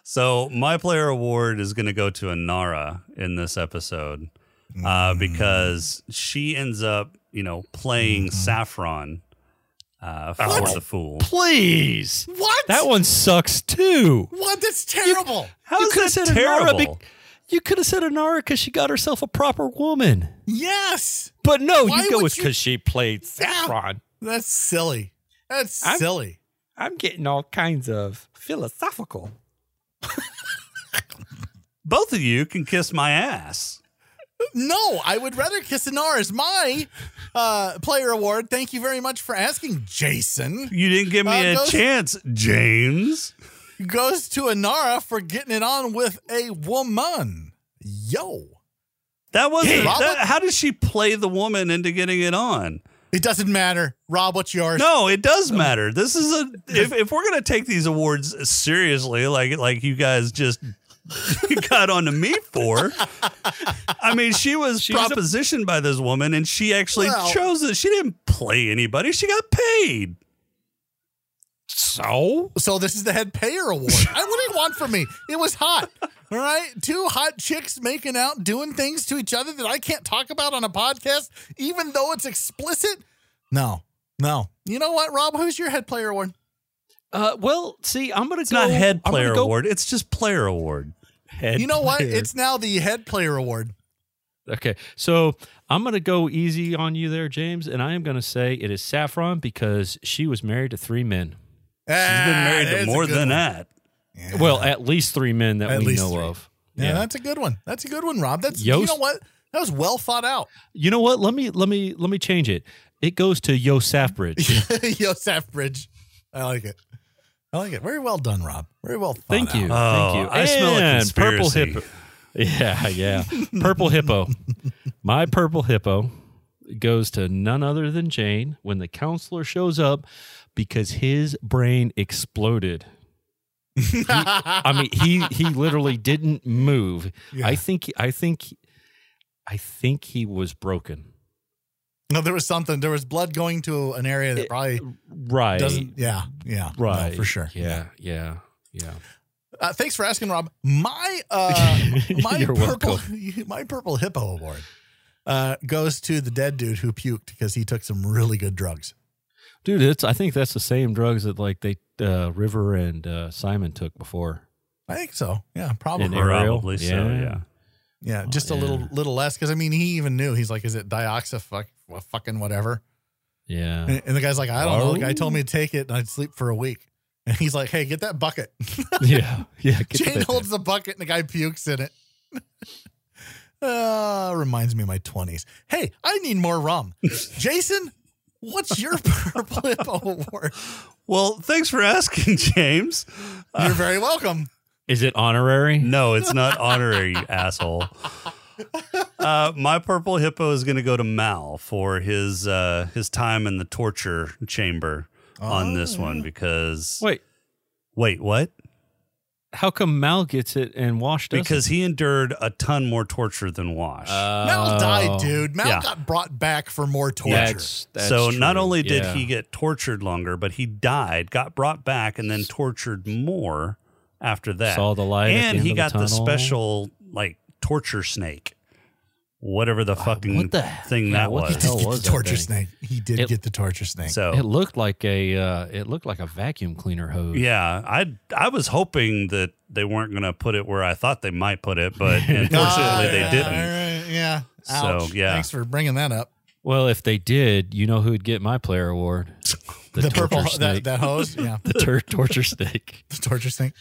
Speaker 1: So my player award is going to go to Anara in this episode uh,
Speaker 4: Mm.
Speaker 1: because she ends up, you know, playing
Speaker 4: Mm-hmm.
Speaker 1: Saffron uh, for the fool.
Speaker 4: Please,
Speaker 5: What?
Speaker 4: that one sucks too.
Speaker 5: What? That's terrible.
Speaker 1: How
Speaker 4: you could
Speaker 1: is
Speaker 4: have said
Speaker 1: that
Speaker 4: Anara.
Speaker 1: terrible?
Speaker 4: Be- you could have said Anara because she got herself a proper woman.
Speaker 5: yes.
Speaker 4: But no,
Speaker 5: Why
Speaker 4: you go
Speaker 5: would
Speaker 4: with
Speaker 5: you-
Speaker 4: because she played Saffron.
Speaker 5: That's silly. That's
Speaker 4: I'm-
Speaker 5: silly.
Speaker 4: I'm getting all kinds of philosophical.
Speaker 1: Both of you can kiss my ass.
Speaker 5: No, I would rather kiss Anar as my uh, player award. Thank you very much for asking, Jason.
Speaker 1: You didn't give me
Speaker 5: Uh,
Speaker 1: a
Speaker 5: those-
Speaker 1: chance, James.
Speaker 5: Goes to Anara for getting it on with a woman. Yo.
Speaker 1: That wasn't.
Speaker 5: Yeah.
Speaker 1: that- how does she play the woman into getting it on?
Speaker 5: It doesn't matter. Rob, what's yours?
Speaker 1: No, it
Speaker 4: Um,
Speaker 1: does matter. This is a. If, if we're gonna take these awards seriously, like like you guys just got onto me for, I mean, she was
Speaker 4: was a-
Speaker 1: propositioned by this woman, and she actually
Speaker 5: Well-
Speaker 1: chose it. She didn't play anybody. She got paid.
Speaker 4: So
Speaker 5: So this is the head payer award. I what do you want from me? It was hot. All right. Two hot chicks making out, doing things to each other that I can't talk about on a podcast, even though it's explicit. No. No. You know what, Rob? Who's your head player award?
Speaker 4: uh, well, see, I'm gonna
Speaker 1: It's
Speaker 4: go.
Speaker 1: not head
Speaker 4: I'm gonna
Speaker 1: player
Speaker 4: go-
Speaker 1: award. It's just player award.
Speaker 4: Head
Speaker 5: You know what?
Speaker 4: player.
Speaker 5: It's now the head player award.
Speaker 4: okay. So I'm gonna go easy on you there, James, and I am gonna say it is Saffron because she was married to three men.
Speaker 1: She's been
Speaker 4: Ah,
Speaker 1: married to more than
Speaker 5: Ah, that.
Speaker 1: that.
Speaker 4: Well, at least three men that
Speaker 5: At
Speaker 4: we
Speaker 5: least
Speaker 4: know
Speaker 5: three.
Speaker 4: of.
Speaker 5: Yeah, that's a good one. That's a good one, Rob. That's you
Speaker 4: Yost-
Speaker 5: know what? That was well thought out.
Speaker 4: You know what? Let me let me let me change it. It goes to Yo Saffbridge.
Speaker 5: Yosef Bridge. I like it. I like it. Very well done, Rob. Very well thought
Speaker 4: Thank you.
Speaker 5: out.
Speaker 1: Oh,
Speaker 4: Thank you.
Speaker 1: I smell a
Speaker 4: And Purple
Speaker 1: conspiracy.
Speaker 4: hippo. Yeah, yeah. purple hippo. My purple hippo goes to none other than Jane when the counselor shows up because his brain exploded. He- I mean, he he literally didn't move. I think I think I think he was broken.
Speaker 5: No, there was something. There was blood going to an area that probably
Speaker 4: Right.
Speaker 5: doesn't. Yeah, yeah, No,
Speaker 4: right.
Speaker 5: for sure.
Speaker 4: Yeah, yeah, yeah.
Speaker 5: Uh, thanks for asking, Rob. My uh, my
Speaker 4: You're
Speaker 5: purple my purple hippo award uh, goes to the dead dude who puked because he took some really good drugs.
Speaker 4: Dude, it's I think that's the same drugs that like they uh River and uh Simon took before.
Speaker 5: I think so. Yeah, probably.
Speaker 4: In
Speaker 1: Probably so.
Speaker 4: Yeah.
Speaker 1: Yeah.
Speaker 5: Yeah, just a
Speaker 4: Oh, yeah.
Speaker 5: little little less because I mean he even knew he's like, is it dioxif fuck, well, fucking whatever?
Speaker 4: Yeah.
Speaker 1: Eh.
Speaker 5: And, and the guy's like, I don't know. The guy
Speaker 4: Oh.
Speaker 5: told me to take it and I'd sleep for a week. And he's like, hey, get that bucket.
Speaker 4: yeah, yeah. get to
Speaker 5: Jane
Speaker 4: bed.
Speaker 5: holds the bucket and the guy pukes in it. uh, reminds me of my twenties. Hey, I need more rum. Jason, what's your purple hippo award?
Speaker 1: Well, thanks for asking, James.
Speaker 5: You're very welcome.
Speaker 4: Is it honorary?
Speaker 1: No, it's not honorary, you asshole. Uh, my purple hippo is going to go to Mal for his uh, his time in the torture chamber on this one because
Speaker 4: Oh. Wait,
Speaker 1: wait, what?
Speaker 4: how come Mal gets it and Wash doesn't? Uh,
Speaker 1: Because he endured a ton more torture than Wash.
Speaker 4: Oh.
Speaker 5: Mal died, dude. Mal
Speaker 1: Yeah.
Speaker 5: got brought back for more torture.
Speaker 4: That's, that's
Speaker 1: so not
Speaker 4: true.
Speaker 1: only did
Speaker 4: Yeah.
Speaker 1: he get tortured longer, but he died, got brought back, and then tortured more after that.
Speaker 4: Saw the light at the
Speaker 1: and
Speaker 4: end
Speaker 1: he
Speaker 4: of the
Speaker 1: got the
Speaker 4: tunnel.
Speaker 1: special like torture snake, whatever the fucking
Speaker 4: what the-
Speaker 1: thing
Speaker 4: yeah,
Speaker 1: that
Speaker 4: what
Speaker 1: was.
Speaker 4: the
Speaker 5: He did
Speaker 4: hell
Speaker 5: get
Speaker 4: was
Speaker 5: the
Speaker 4: that
Speaker 5: torture
Speaker 4: thing?
Speaker 5: snake. He did
Speaker 4: It-
Speaker 5: get the torture snake.
Speaker 1: So
Speaker 4: it looked like a uh, it looked like a vacuum cleaner hose.
Speaker 1: Yeah, I I was hoping that they weren't going to put it where I thought they might put it, but unfortunately
Speaker 5: Ah,
Speaker 1: they
Speaker 5: yeah,
Speaker 1: didn't.
Speaker 5: all right, yeah.
Speaker 1: So,
Speaker 5: Ouch.
Speaker 1: yeah.
Speaker 5: Thanks for bringing that up.
Speaker 4: Well, if they did, you know who'd get my player award? The, torture snake.
Speaker 5: that, that hose. Yeah,
Speaker 4: the tur- torture snake.
Speaker 5: the torture snake.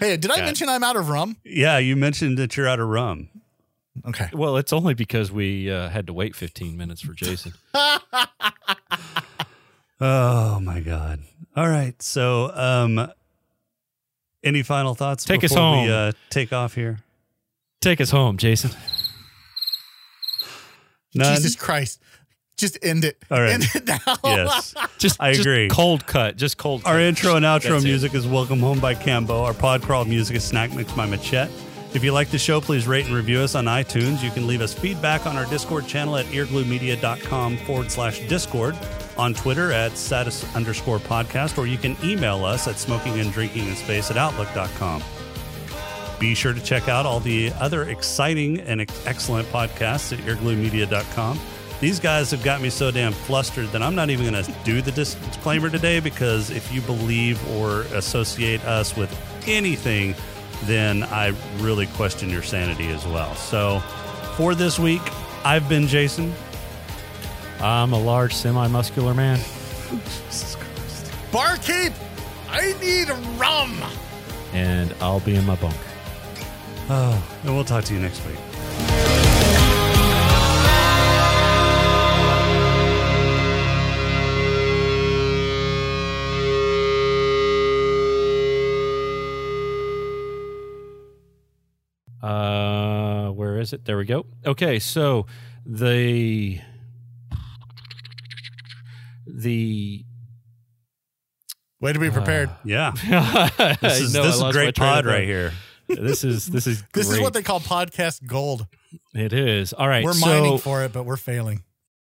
Speaker 5: Hey, did I
Speaker 4: God.
Speaker 5: mention I'm out of rum?
Speaker 1: Yeah, you mentioned that you're out of rum.
Speaker 5: Okay.
Speaker 4: Well, it's only because we uh, had to wait 15 minutes for Jason.
Speaker 1: Oh my god. All right. So, um any final thoughts
Speaker 4: Take us
Speaker 1: before
Speaker 4: home.
Speaker 1: we uh, take off here?
Speaker 4: Take us home, Jason.
Speaker 1: None.
Speaker 5: Jesus Christ. Just end it.
Speaker 1: All right.
Speaker 5: End it now.
Speaker 1: Yes.
Speaker 4: Just
Speaker 1: I
Speaker 4: just
Speaker 1: agree.
Speaker 4: Cold cut. Just cold.
Speaker 1: Our
Speaker 4: cut.
Speaker 1: intro and outro
Speaker 4: That's it.
Speaker 1: music is Welcome Home by Cambo. Our pod crawl music is Snack Mix by Machette. If you like the show, please rate and review us on iTunes. You can leave us feedback on our Discord channel at eargluemedia.com forward slash Discord, on Twitter at status underscore podcast, or you can email us at smoking and drinking in space at outlook.com. Be sure to check out all the other exciting and ex- excellent podcasts at eargluemedia.com. These guys have got me so damn flustered that I'm not even going to do the dis- disclaimer today because if you believe or associate us with anything, then I really question your sanity as well. So for this week, I've been Jason.
Speaker 4: I'm a large, semi-muscular man.
Speaker 5: Barkeep, I need rum.
Speaker 4: and I'll be in my bunk.
Speaker 1: Oh, and we'll talk to you next week.
Speaker 4: Uh, where is it? There we go. Okay, so the the
Speaker 5: Way
Speaker 1: Ah,
Speaker 5: to be prepared.
Speaker 1: Yeah.
Speaker 4: this
Speaker 1: This is, this is a great pod right here.
Speaker 4: This is this is
Speaker 5: this is what
Speaker 4: great.
Speaker 5: they call podcast gold.
Speaker 4: it is. All right,
Speaker 5: We're
Speaker 4: so
Speaker 5: mining for it, but we're failing.